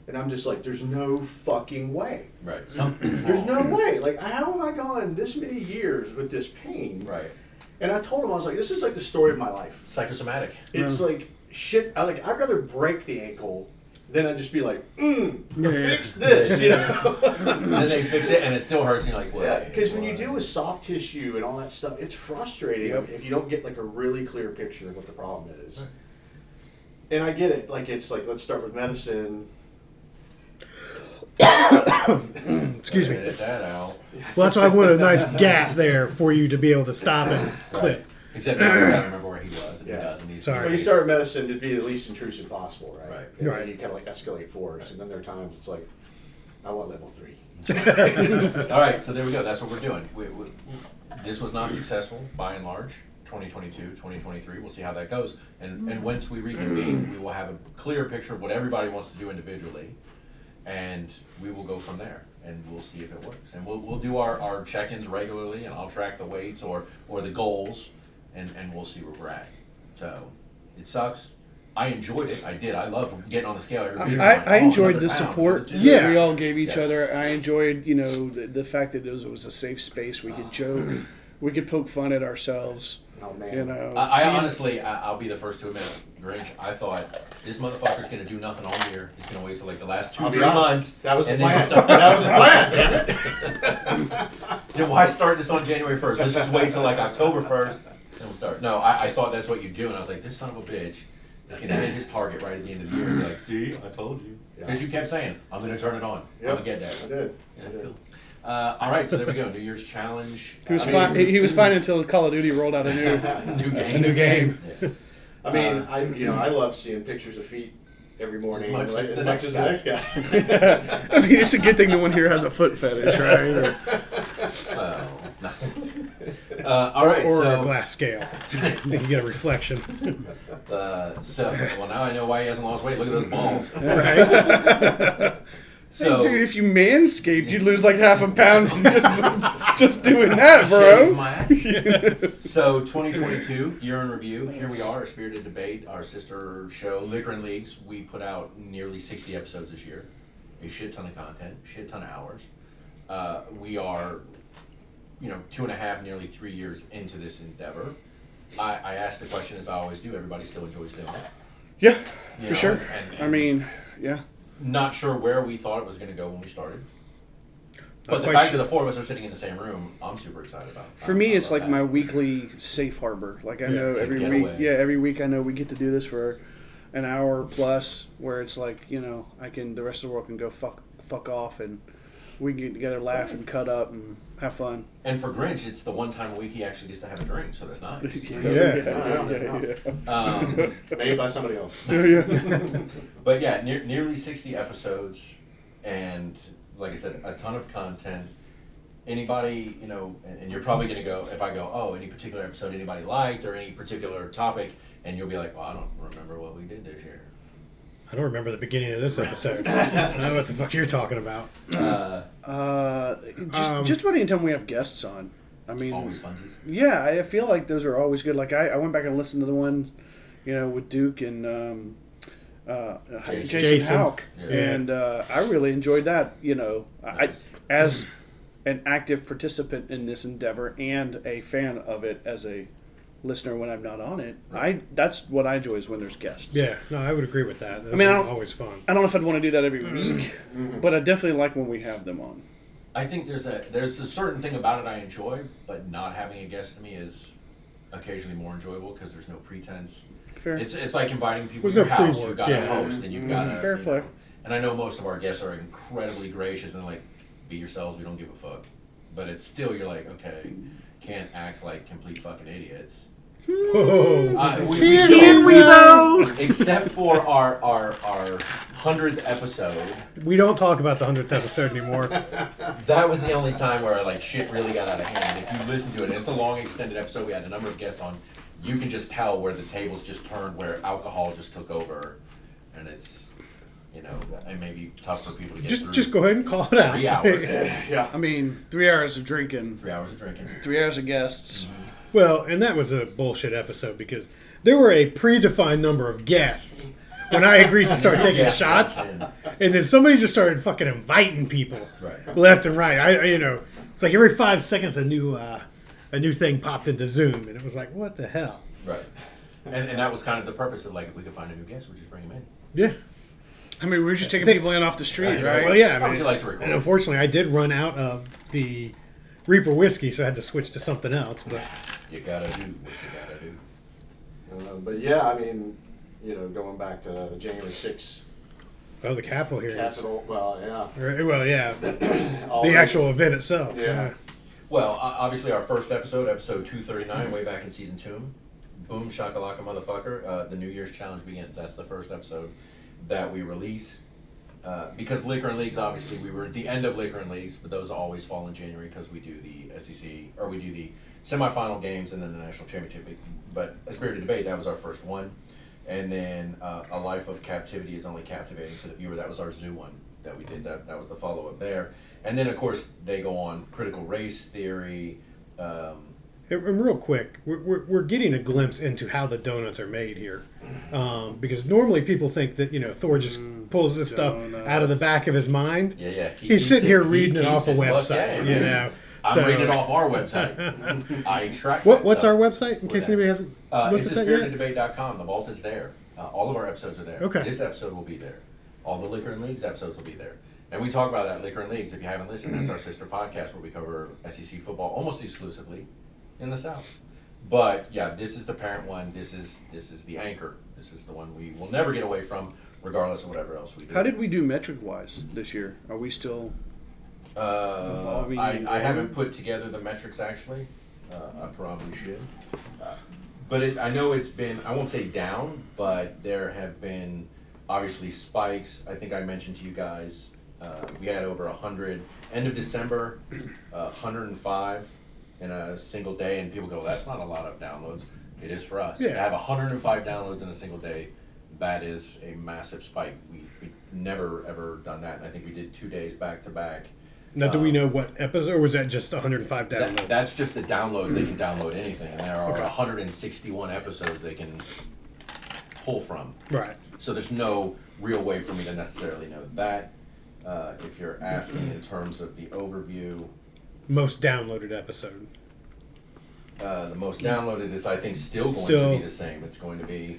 Speaker 7: And I'm just like, there's no fucking way.
Speaker 1: Right. Something's
Speaker 7: There's
Speaker 1: wrong.
Speaker 7: no way. Like, how have I gone this many years with this pain?
Speaker 1: Right.
Speaker 7: And I told him, I was like, this is like the story of my life.
Speaker 1: Psychosomatic.
Speaker 7: It's like shit. I like. I'd rather break the ankle than I just be like, mm, fix this, you know.
Speaker 1: And then they fix it and it still hurts and you're like, what?
Speaker 7: Because when you deal with soft tissue and all that stuff, it's frustrating if you don't get like a really clear picture of what the problem is. And I get it. Like it's like let's start with medicine.
Speaker 5: Excuse me.
Speaker 1: Edit that out.
Speaker 5: Well, that's why I wanted a nice gap there for you to be able to stop and click.
Speaker 1: Except now he's not remember where he was, and
Speaker 7: Yeah.
Speaker 1: he does, and he's
Speaker 5: Sorry.
Speaker 7: When you start medicine to be the least intrusive possible, right?
Speaker 1: Right.
Speaker 7: And
Speaker 5: Right.
Speaker 7: then you kind of like escalate force, and then there are times it's like, I want level three.
Speaker 1: All right, so there we go. That's what we're doing. We, we, this was not successful by and large. 2022, 2023. We'll see how that goes. And and once we reconvene, we will have a clear picture of what everybody wants to do individually, and we will go from there. And we'll see if it works. And we'll, we'll do our, our check-ins regularly, and I'll track the weights or or the goals, and and we'll see where we're at. So it sucks. I enjoyed it. I did. I love getting on the scale every week.
Speaker 6: I, I
Speaker 1: Oh,
Speaker 6: enjoyed
Speaker 1: another
Speaker 6: the
Speaker 1: pound,
Speaker 6: support
Speaker 1: another
Speaker 6: that
Speaker 1: two.
Speaker 5: Yeah.
Speaker 6: we all gave each
Speaker 1: Yes.
Speaker 6: other. I enjoyed, you know, the, the fact that it was, it was a safe space. We could joke, we could poke fun at ourselves.
Speaker 7: Oh man.
Speaker 6: You know,
Speaker 1: I, I
Speaker 6: seeing-
Speaker 1: honestly, I, I'll be the first to admit, it. Grinch. I thought this motherfucker's gonna do nothing all year. He's gonna wait till like the last two,
Speaker 7: I'll be
Speaker 1: three
Speaker 7: honest,
Speaker 1: months.
Speaker 7: That was the
Speaker 1: and then
Speaker 7: plan.
Speaker 1: just start-
Speaker 7: that was the plan. Damn it.
Speaker 1: Then why start this on January first? Let's just wait till like October first, then we'll start. No, I, I thought that's what you do, and I was like, this son of a bitch is gonna hit his target right at the end of the year. And be like, see, I told you. Because you kept saying, I'm gonna turn it on. I'm gonna
Speaker 7: Yep.
Speaker 1: get that.
Speaker 7: I did.
Speaker 1: Yeah,
Speaker 7: I did.
Speaker 1: cool. Uh, all right, so there we go. New Year's challenge.
Speaker 6: He was
Speaker 1: I
Speaker 6: fine.
Speaker 1: mean,
Speaker 6: he, he was fine until Call of Duty rolled out a new.
Speaker 1: New game.
Speaker 6: new game.
Speaker 1: Yeah.
Speaker 7: I mean,
Speaker 6: Uh,
Speaker 7: I you know I love seeing pictures of feet every morning,
Speaker 1: much
Speaker 7: like,
Speaker 1: as the
Speaker 7: much
Speaker 1: next
Speaker 7: as
Speaker 1: guy.
Speaker 7: the next guy.
Speaker 6: I mean, it's a good thing no one here has a foot fetish, right?
Speaker 1: Oh, no. Uh, all right,
Speaker 5: Or
Speaker 1: so
Speaker 5: a glass scale. You can get a reflection.
Speaker 1: Uh, so, well, now I know why he hasn't lost weight. Look at those balls.
Speaker 5: Right?
Speaker 1: So,
Speaker 6: Dude, if you manscaped, you'd lose like half a pound from just just doing that,
Speaker 1: shave
Speaker 6: bro.
Speaker 1: my ass. so 2022 year in review. Here we are, a spirited debate, our sister show, Liquor and Leagues. We put out nearly 60 episodes this year, a shit ton of content, shit ton of hours. Uh, we are, you know, two and a half, nearly three years into this endeavor. I, I asked the question as I always do. Everybody still enjoys doing it.
Speaker 6: Yeah,
Speaker 1: you
Speaker 6: for
Speaker 1: know,
Speaker 6: sure.
Speaker 1: and- and-
Speaker 6: I mean, yeah.
Speaker 1: not sure where we thought it was going to go when we started. But the
Speaker 5: quite
Speaker 1: fact
Speaker 5: sure.
Speaker 1: that the four of us are sitting in the same room, I'm super excited about.
Speaker 6: For me, it's like my weekly safe harbor. Like I know
Speaker 1: it's like
Speaker 6: every
Speaker 1: getaway.
Speaker 6: week, yeah, every week I know we get to do this for an hour plus, where it's like you know I can the rest of the world can go fuck fuck off, and we can get together, laugh, and cut up, and have fun.
Speaker 1: And for Grinch, it's the one time a week he actually gets to have a drink, so that's nice.
Speaker 7: yeah, yeah.
Speaker 1: um,
Speaker 7: Made by somebody else.
Speaker 1: but yeah, near, nearly 60 episodes, and like I said, a ton of content. Anybody, you know, and, and you're probably going to go, if I go, oh, any particular episode anybody liked or any particular topic, and you'll be like, well, I don't remember what we did this year.
Speaker 5: I don't remember the beginning of this episode. I don't know what the fuck you're talking about.
Speaker 1: Uh,
Speaker 6: Uh, just
Speaker 5: Um,
Speaker 6: just about any time we have guests on. I mean,
Speaker 1: always funsies.
Speaker 6: Yeah, I feel like those are always good. Like I, I went back and listened to the ones, you know, with Duke and um, uh,
Speaker 1: Jason.
Speaker 6: Jason,
Speaker 5: Jason.
Speaker 6: Houck,
Speaker 1: Yeah.
Speaker 6: and uh, I really enjoyed that. You know, I,
Speaker 1: Nice.
Speaker 6: as an active participant in this endeavor and a fan of it as a listener when I'm not on it, I that's what I enjoy is when there's guests.
Speaker 5: Yeah, no, I would agree with that. That's
Speaker 6: mean, I don't-
Speaker 5: always fun.
Speaker 6: I don't know if I'd want to do that every
Speaker 1: Mm-hmm.
Speaker 6: week, but I definitely like when we have them on.
Speaker 1: I think there's a there's a certain thing about it I enjoy, but not having a guest to me is occasionally more enjoyable because there's no pretense.
Speaker 6: Fair.
Speaker 1: It's it's like inviting people
Speaker 5: There's
Speaker 1: to your
Speaker 5: no
Speaker 1: house.
Speaker 5: pre-work,
Speaker 1: You've got
Speaker 5: yeah.
Speaker 1: a host, and you've got a
Speaker 6: Fair
Speaker 1: you
Speaker 6: play.
Speaker 1: know. and I know most of our guests are incredibly gracious and like, be yourselves. We don't give a fuck. But it's still you're like okay, can't act like complete fucking idiots. Uh, we, we don't- Except for our our our hundredth episode.
Speaker 5: We don't talk about the 100th episode anymore.
Speaker 1: That was the only time where like shit really got out of hand. And if you listen to it, and it's a long extended episode, we had a number of guests on. You can just tell where the tables just turned, where alcohol just took over, and it's you know it may be tough for people to get
Speaker 5: Just
Speaker 1: through.
Speaker 5: just go ahead and call it out.
Speaker 1: three hours,
Speaker 6: I mean, three hours of drinking,
Speaker 1: three hours of drinking.
Speaker 6: three hours of guests.
Speaker 5: Well, and that was a bullshit episode because there were a predefined number of guests when I agreed to start taking
Speaker 1: Yeah.
Speaker 5: shots,
Speaker 1: And-
Speaker 5: and then somebody just started fucking inviting people
Speaker 1: Right.
Speaker 5: left and right. I, I- you know, it's like every five seconds a new uh, a new thing popped into Zoom, and it was like, what the hell?
Speaker 1: right. And, and that was kind of the purpose of like if we could find a new guest, we just bring him in.
Speaker 5: Yeah.
Speaker 6: I mean, we were just taking people in off the street, right?
Speaker 5: Well, yeah.
Speaker 1: How
Speaker 5: I
Speaker 1: would
Speaker 5: mean,
Speaker 1: you like to record?
Speaker 5: And unfortunately, I did run out of the Reaper whiskey, so I had to switch to something else. But
Speaker 1: You gotta do what you gotta do.
Speaker 7: Um, Uh, but yeah, I mean, you know, going back to the January 6th
Speaker 5: Oh, the Capitol hearings.
Speaker 7: Capital, well, yeah.
Speaker 5: Right, well, yeah,
Speaker 7: All
Speaker 5: the actual event itself.
Speaker 7: Yeah.
Speaker 5: yeah.
Speaker 1: Well, o- obviously, our first episode, episode 239, way back in season two, boom, shakalaka, motherfucker, uh, the New Year's challenge begins. That's the first episode that we release. Uh, because Liquor and Leagues, obviously, we were at the end of Liquor and Leagues, but those always fall in January because we do the SEC, or we do the semifinal games and then the national championship. But A Spirited Debate, that was our first one. And then uh, A Life of Captivity is Only Captivating to the Viewer. That was our zoo one that we did. That, that was the follow up there. And then, of course, they go on Critical Race Theory. Um,
Speaker 5: And, and real quick, we're, we're, we're getting a glimpse into how the donuts are made here. Um, because normally people think that, you know, Thor just pulls this stuff out of the
Speaker 6: donuts.
Speaker 5: back of his mind.
Speaker 1: Mm, yeah, yeah. he
Speaker 5: He's
Speaker 1: keeps
Speaker 5: sitting
Speaker 1: it-
Speaker 5: here
Speaker 1: he
Speaker 5: reading it
Speaker 1: keeps
Speaker 5: off a
Speaker 1: Fuck
Speaker 5: website,
Speaker 1: yeah.
Speaker 5: you know.
Speaker 1: I'm
Speaker 5: So-
Speaker 1: reading it off our website. I track.
Speaker 5: What,
Speaker 1: that
Speaker 5: what's
Speaker 1: stuff.
Speaker 5: our website in
Speaker 1: for
Speaker 5: case
Speaker 1: that.
Speaker 5: anybody hasn't
Speaker 1: Uh,
Speaker 5: looked
Speaker 1: it's
Speaker 5: at that yet?
Speaker 1: aspiritedDebate.com. The vault is there. Uh, all of our episodes are there.
Speaker 5: Okay.
Speaker 1: This episode will be there. All the Liquor and Leagues episodes will be there. And we talk about that Liquor and Leagues. If you haven't listened, that's our sister podcast where we cover SEC football almost exclusively in the South. But yeah, this is the parent one. This is this is the anchor. This is the one we will never get away from, regardless of whatever else we do.
Speaker 6: How did we do metric wise this year? Are we still?
Speaker 1: Uh,
Speaker 6: Evolving
Speaker 1: I, I
Speaker 6: and-
Speaker 1: haven't put together the metrics actually. Uh, I probably should. Uh, But it, I know it's been, I won't say down, but there have been obviously spikes. I think I mentioned to you guys, uh, we had over 100, end of December, uh, 105 in a single day. And people go, that's not a lot of downloads. It is for us. To
Speaker 5: Yeah.
Speaker 1: have 105 downloads in a single day, that is a massive spike. We, we've never, ever done that. And I think we did two days back to back.
Speaker 5: Now, do we know what episode, or was that just 105 downloads?
Speaker 1: uh, That, that's just the downloads. They can download anything, and there are
Speaker 5: Mm. Okay.
Speaker 1: 161 episodes they can pull from.
Speaker 5: right.
Speaker 1: So there's no real way for me to necessarily know that. Uh, if you're asking in terms of the overview,
Speaker 5: Most downloaded episode.
Speaker 1: uh, the most downloaded is I think still going to
Speaker 5: Still.
Speaker 1: be the same. It's going to be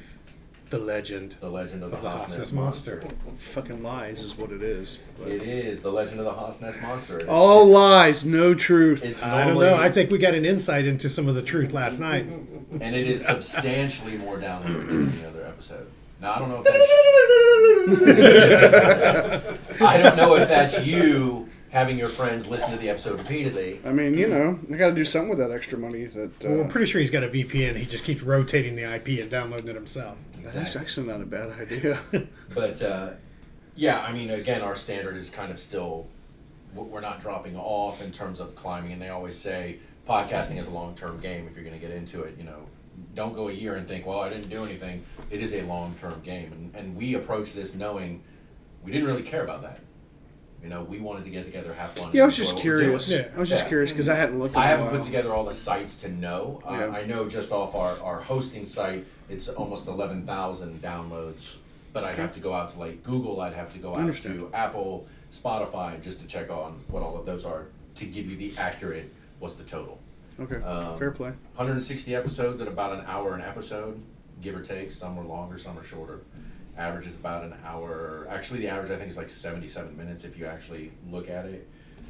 Speaker 5: The legend.
Speaker 1: the Legend of the,
Speaker 5: Of the
Speaker 1: Hos
Speaker 5: Hos
Speaker 1: Ness
Speaker 5: Ness
Speaker 1: Monster.
Speaker 5: Monster.
Speaker 6: Fucking lies is what it is. but-
Speaker 1: It is the Legend of the Hos Ness Monster. It's,
Speaker 6: All lies, no truth.
Speaker 1: it's
Speaker 5: Oh, I don't
Speaker 1: normally-
Speaker 5: know. I think we got an insight into some of the truth last night.
Speaker 1: and it is substantially more downloaded than the other episode. Now I don't know if that's I don't know if that's you having your friends listen to the episode repeatedly.
Speaker 6: I mean, you know, I got to do something with that extra money. That uh,
Speaker 5: Well, I'm pretty sure he's got a VPN. He just keeps rotating the IP and downloading it himself.
Speaker 6: that's actually not a bad idea.
Speaker 1: But uh, yeah, I mean, again, our standard is kind of still w- we're not dropping off in terms of climbing, and they always say podcasting is a long-term game. If you're going to get into it, you know, don't go a year and think, well, I didn't do anything. It is a long-term game, and and we approach this knowing we didn't really care about that. You know, we wanted to get together, have fun. and
Speaker 6: yeah, I was
Speaker 1: enjoy
Speaker 6: just
Speaker 1: what we're doing.
Speaker 6: curious.
Speaker 5: Yeah.
Speaker 6: I was just
Speaker 1: Yeah.
Speaker 6: curious because I hadn't looked. At
Speaker 1: I
Speaker 6: it in a
Speaker 1: haven't put
Speaker 6: while.
Speaker 1: together all the sites to know. Uh,
Speaker 6: Yeah.
Speaker 1: I know just off our, our hosting site, it's almost 11,000 downloads. But I'd have to go out to like Google, I'd have to go out
Speaker 6: Understand.
Speaker 1: to Apple, Spotify, just to check on what all of those are to give you the accurate what's the total.
Speaker 6: Okay,
Speaker 1: Um,
Speaker 6: fair play.
Speaker 1: 160 episodes at about an hour an episode, give or take. Some are longer, some are shorter. Average is about an hour. Actually, the average I think is like 77 minutes if you actually look at it.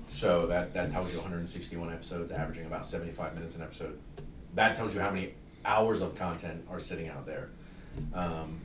Speaker 1: So that that tells you 161 episodes, averaging about 75 minutes an episode. That tells you how many hours of content are sitting out there. Um,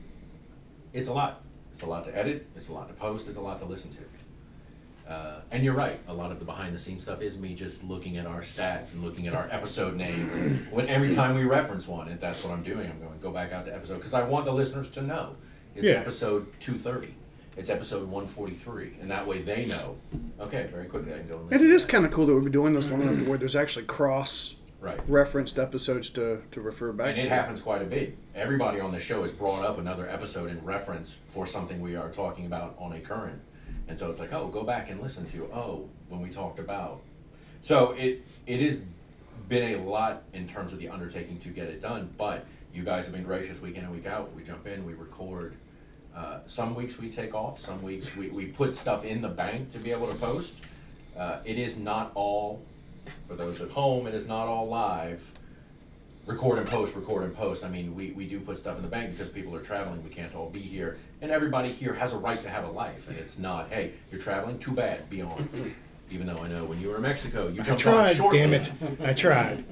Speaker 1: it's a lot. It's a lot to edit. It's a lot to post. It's a lot to listen to. Uh, and you're right. A lot of the behind the scenes stuff is me just looking at our stats and looking at our episode names. And when every time we reference one, and that's what I'm doing, I'm going to go back out to episode because I want the listeners to know it's
Speaker 5: Yeah.
Speaker 1: episode 230. It's episode 143, and that way they know. Okay, very quickly I can go and
Speaker 6: And
Speaker 1: listen.
Speaker 6: it
Speaker 1: to
Speaker 6: is
Speaker 1: that.
Speaker 6: kind of cool that we've been doing this long enough to where there's actually cross
Speaker 1: right.
Speaker 6: referenced episodes to, to refer back
Speaker 1: And
Speaker 6: to.
Speaker 1: it happens quite a bit. Everybody on the show has brought up another episode in reference for something we are talking about on a current. And so it's like, oh, go back and listen to, oh, when we talked about. So it it has been a lot in terms of the undertaking to get it done, but you guys have been gracious week in and week out. We jump in, we record. Uh, some weeks we take off, some weeks we, we put stuff in the bank to be able to post. Uh, it is not all, for those at home, it is not all live record and post, record and post. I mean, we, we do put stuff in the bank because people are traveling. We can't all be here. And everybody here has a right to have a life. And it's not, hey, you're traveling, too bad, be on. Even though I know when you were in Mexico, you
Speaker 5: I
Speaker 1: jumped on Um,
Speaker 5: tried.
Speaker 1: shortly.
Speaker 5: Damn it. I tried.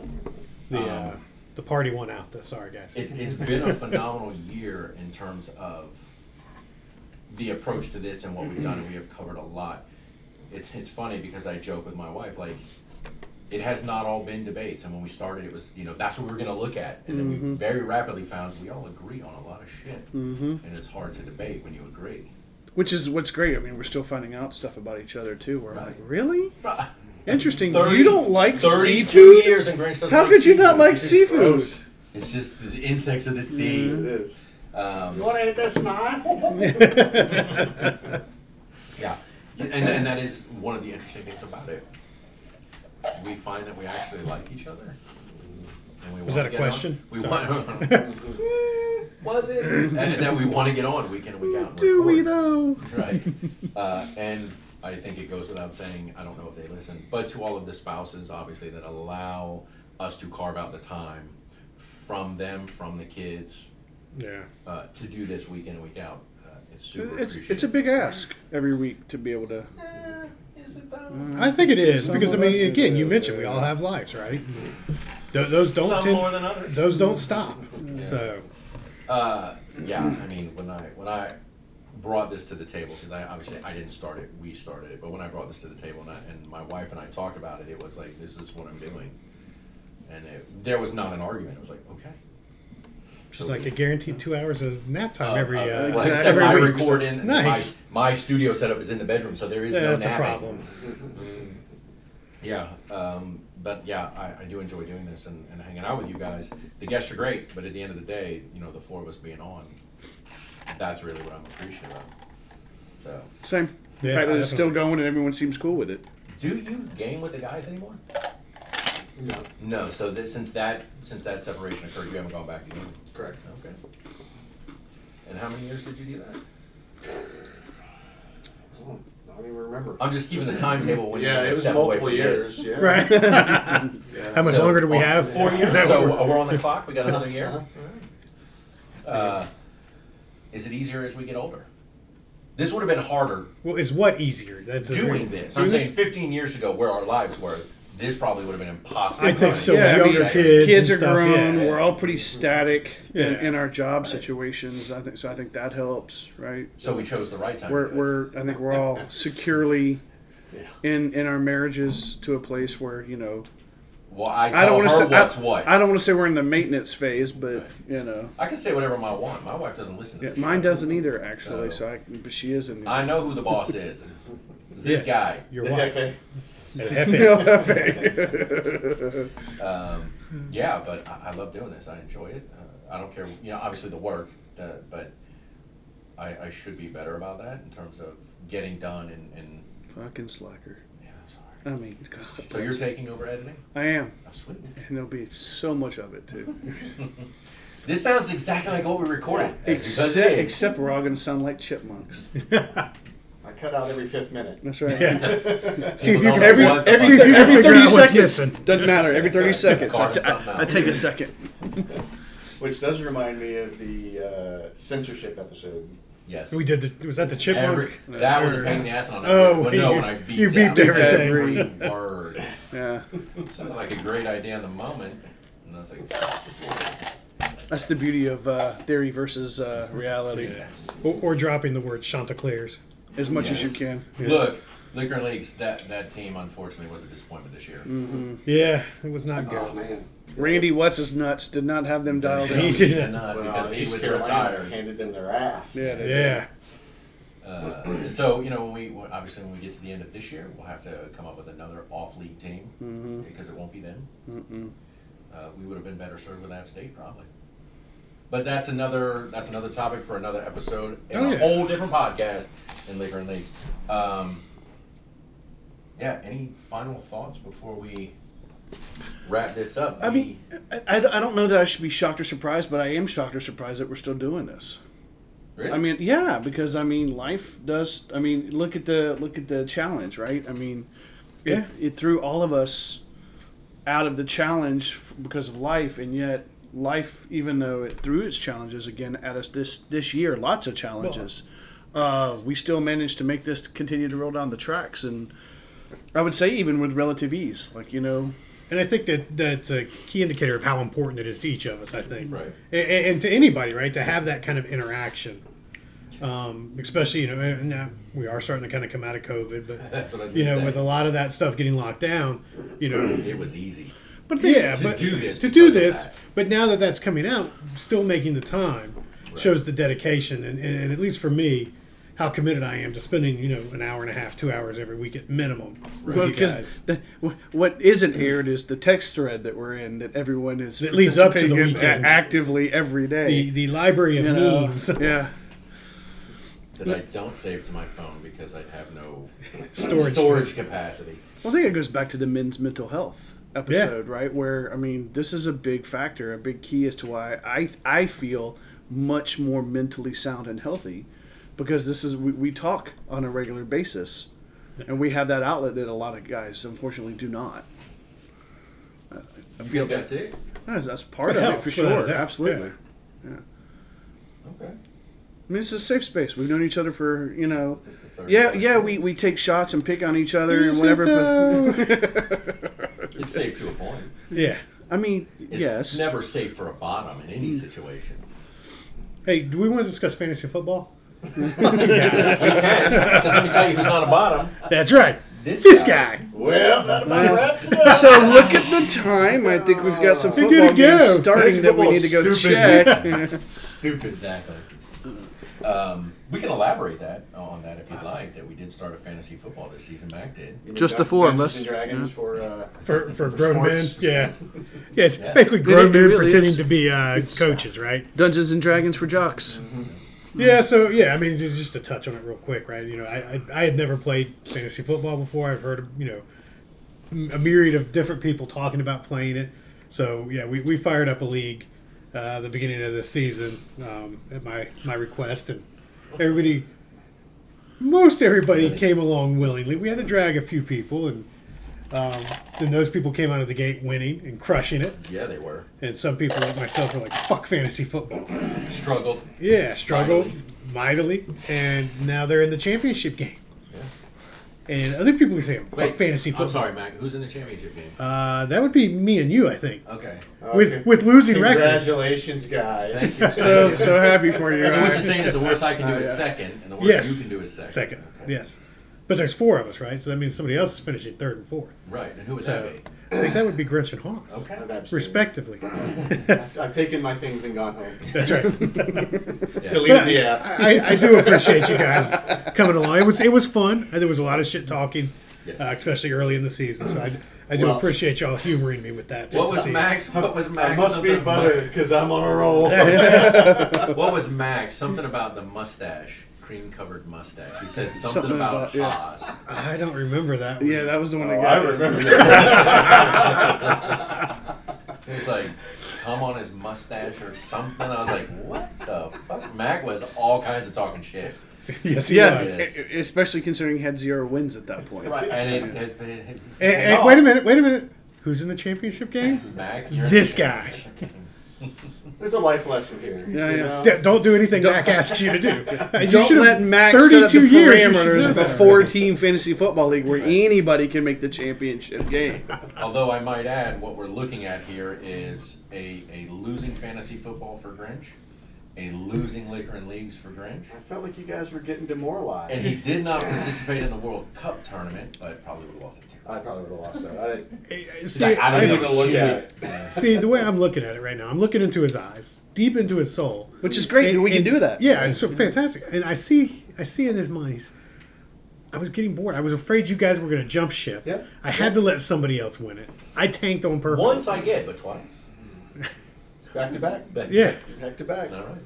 Speaker 5: The, uh, the party won out, though. Sorry, guys.
Speaker 1: It's, it's been a phenomenal year in terms of the approach to this and what we've done, and we have covered a lot. It's, it's funny because I joke with my wife, like, it has not all been debates. And when we started, it was, you know, that's what we were going to look at. And then
Speaker 6: Mm-hmm.
Speaker 1: we very rapidly found we all agree on a lot of shit. Mm-hmm. And it's hard to debate when you agree.
Speaker 6: Which is what's great. I mean, we're still finding out stuff about each other too. We're
Speaker 1: Right.
Speaker 6: like, really?
Speaker 1: Right.
Speaker 6: Interesting.
Speaker 1: 30
Speaker 6: you don't like
Speaker 1: 32
Speaker 6: seafood?
Speaker 1: years and Grinch doesn't
Speaker 6: How
Speaker 1: like
Speaker 6: could you not
Speaker 1: seafood.
Speaker 6: like Mm-hmm.
Speaker 1: It's
Speaker 6: seafood?
Speaker 1: gross. It's just the insects of the sea.
Speaker 7: It is.
Speaker 1: Um,
Speaker 7: You want to eat this snot?
Speaker 1: Yeah, and, and that is one of the interesting things about it. We find that we actually like each other. And we
Speaker 5: Was
Speaker 1: wanna
Speaker 5: that a
Speaker 1: get
Speaker 5: question?
Speaker 1: On. We
Speaker 5: Sorry.
Speaker 1: want. Was it? And, and that we want to get on week in and week out. and
Speaker 6: Do we
Speaker 1: record.
Speaker 6: though?
Speaker 1: Right. Uh, and I think it goes without saying. I don't know if they listen, but to all of the spouses, obviously, that allow us to carve out the time from them, from the kids,
Speaker 5: Yeah.
Speaker 1: uh, to do this week in and week out. Uh, it's super.
Speaker 6: It's
Speaker 1: appreciated.
Speaker 6: it's a big ask every week to be able to.
Speaker 1: Eh, is it though?
Speaker 5: I think it is
Speaker 6: Some
Speaker 5: because I
Speaker 6: of us
Speaker 5: mean,
Speaker 6: it
Speaker 5: again, you
Speaker 6: is,
Speaker 5: mentioned we
Speaker 6: yeah.
Speaker 5: all have lives, right? Th- those don't
Speaker 1: Some
Speaker 5: tend-
Speaker 1: more than others.
Speaker 5: those don't stop. So
Speaker 1: Uh, yeah, I mean, when I when I brought this to the table, because I obviously I didn't start it, we started it. But when I brought this to the table and, I, and my wife and I talked about it, it was like, this is what I'm doing, and it, there was not an argument. It was like, okay,
Speaker 5: she's like a guaranteed two hours of nap time every
Speaker 1: uh,
Speaker 5: uh,
Speaker 1: well, except
Speaker 5: every
Speaker 1: my
Speaker 5: week.
Speaker 1: recording, and
Speaker 5: Nice.
Speaker 1: my, my studio setup is in the bedroom, so there is
Speaker 5: Yeah,
Speaker 1: no
Speaker 5: that's a
Speaker 1: napping.
Speaker 5: problem.
Speaker 1: Yeah, um, but yeah, I, I do enjoy doing this and, and hanging out with you guys. The guests are great, but at the end of the day, you know, the four of us being on, that's really what I'm appreciative of. So,
Speaker 6: Same. The
Speaker 5: Yeah,
Speaker 6: fact that it's still
Speaker 5: definitely.
Speaker 6: going and everyone seems cool with it.
Speaker 1: do you game with the guys anymore?
Speaker 7: No,
Speaker 1: No. So that, since that since that separation occurred, you haven't gone back to game.
Speaker 7: correct.
Speaker 1: Okay. And how many years did you do that?
Speaker 7: Oh, I don't even remember.
Speaker 1: I'm just keeping the timetable when you're
Speaker 7: yeah, it
Speaker 1: gonna
Speaker 7: was
Speaker 1: step away
Speaker 7: multiple
Speaker 1: from
Speaker 7: years.
Speaker 1: this.
Speaker 7: Yeah.
Speaker 5: Right. How much
Speaker 1: So,
Speaker 5: longer do we
Speaker 1: oh,
Speaker 5: have?
Speaker 1: Four
Speaker 5: Is
Speaker 1: years.
Speaker 5: that
Speaker 1: So
Speaker 5: what we're-
Speaker 1: we're on the clock. We got another year.
Speaker 7: Uh-huh.
Speaker 1: Uh, is it easier as we get older? This would have been harder
Speaker 5: well, is what easier? That's the
Speaker 1: doing
Speaker 5: thing.
Speaker 1: this. I'm saying 15 years ago, where our lives were, this probably would have been impossible.
Speaker 5: I think so.
Speaker 6: Yeah, I mean,
Speaker 5: younger
Speaker 1: like,
Speaker 5: kids,
Speaker 6: Kids are
Speaker 5: and stuff,
Speaker 6: grown.
Speaker 5: yeah.
Speaker 6: We're all pretty static in,
Speaker 5: Yeah.
Speaker 6: in our job situations. I think so. I think that helps, right?
Speaker 1: So we chose the right time. to
Speaker 6: We're,
Speaker 1: do it.
Speaker 6: we're I think we're all securely
Speaker 7: Yeah.
Speaker 6: in in our marriages to a place where you know
Speaker 1: well, I
Speaker 6: I don't
Speaker 1: tell
Speaker 6: want to
Speaker 1: her
Speaker 6: say
Speaker 1: what's
Speaker 6: I,
Speaker 1: what.
Speaker 6: I don't want to say we're in the maintenance phase, but
Speaker 1: Right.
Speaker 6: you know,
Speaker 1: I can say whatever I want. My wife doesn't listen to
Speaker 6: yeah,
Speaker 1: this
Speaker 6: mine
Speaker 1: shit.
Speaker 6: doesn't either actually.
Speaker 1: No.
Speaker 6: So I, but she is in. The,
Speaker 1: I know who the boss is. It's this
Speaker 5: Yes,
Speaker 1: guy.
Speaker 5: Your wife.
Speaker 7: Okay.
Speaker 5: Uh, Hmm.
Speaker 1: Um, yeah, but I, I love doing this. I enjoy it. Uh, I don't care. You know, obviously the work, uh, but I, I should be better about that in terms of getting done. And, and
Speaker 6: Fucking slacker.
Speaker 1: yeah, I'm sorry.
Speaker 6: I mean, God.
Speaker 1: So you're taking over editing?
Speaker 6: I am,
Speaker 1: Oh, sweet.
Speaker 6: and there'll be so much of it too.
Speaker 1: This sounds exactly like what we recorded. Because
Speaker 6: except,
Speaker 1: it is.
Speaker 6: except we're all gonna sound like chipmunks.
Speaker 7: I cut out every fifth minute.
Speaker 6: That's right.
Speaker 5: Yeah. See
Speaker 1: People don't
Speaker 5: if you can
Speaker 1: know
Speaker 5: every,
Speaker 1: what the fuck
Speaker 5: every, see if
Speaker 1: that
Speaker 5: you can
Speaker 6: Every
Speaker 5: figure out
Speaker 6: thirty
Speaker 5: what's
Speaker 6: seconds
Speaker 5: missing.
Speaker 6: doesn't matter. Every thirty seconds, I,
Speaker 1: Carving
Speaker 6: t-
Speaker 1: something out.
Speaker 6: I, I take a second.
Speaker 7: Which does remind me of the uh, censorship episode.
Speaker 1: Yes.
Speaker 5: We did. The, was that the
Speaker 1: Every,
Speaker 5: chipmunk?
Speaker 1: that was a pain in the ass on
Speaker 5: Oh,
Speaker 1: but no,
Speaker 5: you-
Speaker 1: when I beat
Speaker 5: you
Speaker 1: down
Speaker 5: beeped
Speaker 1: every word.
Speaker 6: Yeah,
Speaker 1: Sounded like a great idea in the moment, and I was like,
Speaker 6: that's the beauty of uh, theory versus uh, reality.
Speaker 1: yes.
Speaker 5: Or, or dropping the word Chanticleers.
Speaker 6: As much as you
Speaker 1: Yes.
Speaker 6: can.
Speaker 1: Look, Liquor and Leagues. That that team unfortunately was a disappointment this year.
Speaker 6: Mm.
Speaker 5: Yeah, it was
Speaker 1: Oh,
Speaker 5: not good.
Speaker 7: man.
Speaker 6: Randy, what's his nuts? Did not have them dialed
Speaker 1: He
Speaker 6: in.
Speaker 5: did.
Speaker 1: did not
Speaker 7: Well,
Speaker 1: because he
Speaker 7: East
Speaker 1: would
Speaker 7: Carolina
Speaker 1: retire.
Speaker 7: handed them their ass.
Speaker 6: Yeah, they did.
Speaker 5: yeah.
Speaker 1: Uh, so you know, when we when- obviously when we get to the end of this year, we'll have to come up with another off-league team
Speaker 6: Mm-hmm.
Speaker 1: because it won't be them. Uh, we would have been better served with App State probably. But that's another that's another topic for another episode and
Speaker 5: Oh,
Speaker 1: a
Speaker 5: yeah.
Speaker 1: whole different podcast in Liquor and Leagues. Um, yeah. Any final thoughts before we wrap this up?
Speaker 6: I
Speaker 1: We-
Speaker 6: mean, I, I- I don't know that I should be shocked or surprised, but I am shocked or surprised that we're still doing this.
Speaker 1: really?
Speaker 6: I mean, yeah, because I mean, life does. I mean, look at the look at the challenge, right? I mean,
Speaker 5: Yeah.
Speaker 6: it, it threw all of us out of the challenge f- because of life, and yet life, even though it threw its challenges again at us this this year, lots of challenges. uh, we still managed to make this continue to roll down the tracks, and I would say even with relative ease, like you know,
Speaker 5: And I think that that's a key indicator of how important it is to each of us. I think,
Speaker 1: Right.
Speaker 5: and, and to anybody, right, to have that kind of interaction Um, especially, you know, and now we are starting to kind of come out of COVID, but
Speaker 1: That's what I was
Speaker 5: you
Speaker 1: gonna
Speaker 5: know,
Speaker 1: say.
Speaker 5: with a lot of that stuff getting locked down, you know,
Speaker 1: it was easy.
Speaker 5: But yeah,
Speaker 1: to
Speaker 5: but
Speaker 1: do this
Speaker 5: to
Speaker 1: because
Speaker 5: do
Speaker 1: of
Speaker 5: this,
Speaker 1: that.
Speaker 5: but now that that's coming out, still making the time shows the dedication, and, and, and at least for me, how committed I am to spending you know an hour and a half, two hours every week at minimum. with
Speaker 6: Well,
Speaker 5: you
Speaker 6: because
Speaker 5: guys.
Speaker 6: the, wh- what isn't aired is the text thread that we're in that everyone is
Speaker 5: That leads up to the
Speaker 6: participating in
Speaker 5: weekend.
Speaker 6: a- actively every
Speaker 5: the
Speaker 6: day.
Speaker 5: the library of
Speaker 6: you know?
Speaker 5: memes
Speaker 6: Yeah.
Speaker 1: That I don't save to my phone because I have no
Speaker 5: storage,
Speaker 1: storage capacity.
Speaker 6: Well, I think it goes back to the men's mental health episode, right? Where I mean, this is a big factor, a big key as to why I I feel much more mentally sound and healthy because this is we, we talk on a regular basis, and we have that outlet that a lot of guys unfortunately do not.
Speaker 1: You
Speaker 6: feel
Speaker 1: think that's it?
Speaker 6: That's, that's part
Speaker 5: It
Speaker 6: of it
Speaker 5: helps,
Speaker 6: for
Speaker 5: without a
Speaker 6: sure,
Speaker 5: doubt,
Speaker 6: absolutely.
Speaker 5: yeah.
Speaker 1: Okay.
Speaker 6: I mean, it's a safe space. We've known each other for you know,
Speaker 1: Thirty
Speaker 6: yeah,
Speaker 1: bucks.
Speaker 6: yeah. We, we take shots and pick on each other and
Speaker 5: Is it
Speaker 6: whatever. But
Speaker 1: It's safe to a point.
Speaker 5: Yeah.
Speaker 6: I mean,
Speaker 1: It's
Speaker 6: yes. Mm.
Speaker 1: never safe for a bottom in any situation.
Speaker 5: Hey, do we want to discuss fantasy football?
Speaker 1: We can, because let me tell you who's not a bottom.
Speaker 5: That's right.
Speaker 1: This,
Speaker 5: This guy.
Speaker 1: Well, that about
Speaker 6: Well.
Speaker 1: wraps it up.
Speaker 6: So look at the time. I think we've got some
Speaker 5: We're
Speaker 6: football
Speaker 5: good to go.
Speaker 6: games starting
Speaker 7: Fantasy
Speaker 6: that we
Speaker 7: football's
Speaker 6: need to go
Speaker 7: stupid.
Speaker 6: check.
Speaker 1: Stupid. Exactly. Um, we can elaborate that uh, on that if you'd like. That we did start a fantasy football this season. Mac did.
Speaker 7: You mean
Speaker 6: Just the
Speaker 7: Dun-
Speaker 6: four of
Speaker 7: Dungeons
Speaker 6: us.
Speaker 7: and Dragons for uh,
Speaker 5: For, for,
Speaker 7: For
Speaker 5: grown
Speaker 7: sports.
Speaker 5: men, yeah, yeah, it's
Speaker 1: Yeah.
Speaker 5: basically grown
Speaker 6: it
Speaker 5: men
Speaker 6: really
Speaker 5: pretending
Speaker 6: is.
Speaker 5: to be uh, coaches, right?
Speaker 6: Dungeons and Dragons for jocks.
Speaker 5: Yeah, so yeah, I mean, ju- just to touch on it real quick, right? You know, I, I, I had never played fantasy football before. I've heard, you know, m- a myriad of different people talking about playing it. So yeah, we, we fired up a league uh, the beginning of this season um, at my my request, and everybody, most everybody came along willingly. We had to drag a few people, and um, then those people came out of the gate winning and crushing it.
Speaker 1: Yeah, they were
Speaker 5: And some people like myself were like, "Fuck fantasy football."
Speaker 1: struggled.
Speaker 5: Yeah, struggled mightily, and now they're in the championship game. And other people are saying, "Fuck
Speaker 1: Wait,
Speaker 5: fantasy football."
Speaker 1: I'm sorry, Mac. Who's in the championship game?
Speaker 5: Uh, that would be me and you, I think,
Speaker 1: Okay.
Speaker 7: okay.
Speaker 5: with with losing records.
Speaker 7: Congratulations, guys.
Speaker 1: Thank you.
Speaker 6: So so happy for you.
Speaker 1: So what
Speaker 6: Ryan.
Speaker 1: you're saying is the worst I can do is
Speaker 6: yeah.
Speaker 1: second, and the worst
Speaker 5: uh, Yes,
Speaker 1: you can do is second.
Speaker 5: Second,
Speaker 1: Okay.
Speaker 5: yes. But there's four of us, right? So that means somebody else is finishing third and fourth.
Speaker 1: Right. And who would
Speaker 5: So
Speaker 1: that
Speaker 5: I think that would be Grinch and Haas,
Speaker 1: be?
Speaker 7: I've
Speaker 1: Okay.
Speaker 7: abstained.
Speaker 5: respectively.
Speaker 7: I've, I've taken my things and gone home.
Speaker 5: That's right.
Speaker 7: Deleted the app.
Speaker 5: I, I do appreciate you guys coming along. It was it was fun. There was a lot of shit talking,
Speaker 1: Yes.
Speaker 5: uh, especially early in the season. So I, I do
Speaker 7: Well-
Speaker 5: appreciate y'all humoring me with that. just
Speaker 1: What
Speaker 5: to
Speaker 1: was
Speaker 5: see.
Speaker 1: Max? What was Max?
Speaker 7: I must be
Speaker 1: Something about-
Speaker 7: buttered because I'm on a roll.
Speaker 1: What was Max? Something about the mustache, cream covered mustache. He said something,
Speaker 6: Something
Speaker 1: about,
Speaker 6: about- yeah.
Speaker 1: Haas.
Speaker 5: I don't remember that. One.
Speaker 6: Yeah, that was the one that
Speaker 7: Oh,
Speaker 6: got
Speaker 7: I
Speaker 6: me.
Speaker 7: remember that.
Speaker 1: He's like, come on his mustache or something. I was like, what the fuck? Mac was all kinds of talking shit.
Speaker 5: yes, he
Speaker 6: Yeah,
Speaker 5: was.
Speaker 1: Yes.
Speaker 6: e- e- especially considering he had zero wins at that point.
Speaker 1: Right. And it has been. it-
Speaker 5: And, and
Speaker 1: no,
Speaker 5: wait a minute, wait a minute. Who's in the championship game?
Speaker 1: Mac, you're-
Speaker 5: This guy.
Speaker 7: There's a life lesson here.
Speaker 6: Yeah,
Speaker 7: you
Speaker 6: yeah.
Speaker 7: know?
Speaker 5: D- Don't do anything Mac asks you to do. You
Speaker 6: Uh, Don't
Speaker 5: should've-
Speaker 6: let Max set up the
Speaker 5: 32 years, you should
Speaker 6: parameters
Speaker 5: know
Speaker 6: of a
Speaker 5: better.
Speaker 6: four-team fantasy football league where anybody can make the championship game.
Speaker 1: Although I might add, what we're looking at here is a, a losing fantasy football for Grinch, a losing liquor and leagues for Grinch.
Speaker 7: I felt like you guys were getting demoralized.
Speaker 1: And he did not participate in the World Cup tournament, but probably would have lost it too.
Speaker 7: I probably would have lost that. I didn't,
Speaker 1: He's
Speaker 5: See,
Speaker 1: like, I
Speaker 7: I
Speaker 1: don't
Speaker 7: didn't
Speaker 1: know
Speaker 7: even look
Speaker 1: shit.
Speaker 7: at it.
Speaker 5: see, the way I'm looking at it right now, I'm looking into his eyes, deep into his soul,
Speaker 6: Which is great.
Speaker 5: And-
Speaker 6: we
Speaker 5: and-
Speaker 6: can do that.
Speaker 5: Yeah, it's so fantastic. And I see, I see in his mind, he's, I was getting bored. I was afraid you guys were going to jump ship.
Speaker 7: Yeah.
Speaker 5: I had to let somebody else win it. I tanked on purpose.
Speaker 1: Once I get, but twice.
Speaker 7: Back to back.
Speaker 5: yeah,
Speaker 7: Back to back.
Speaker 1: All right.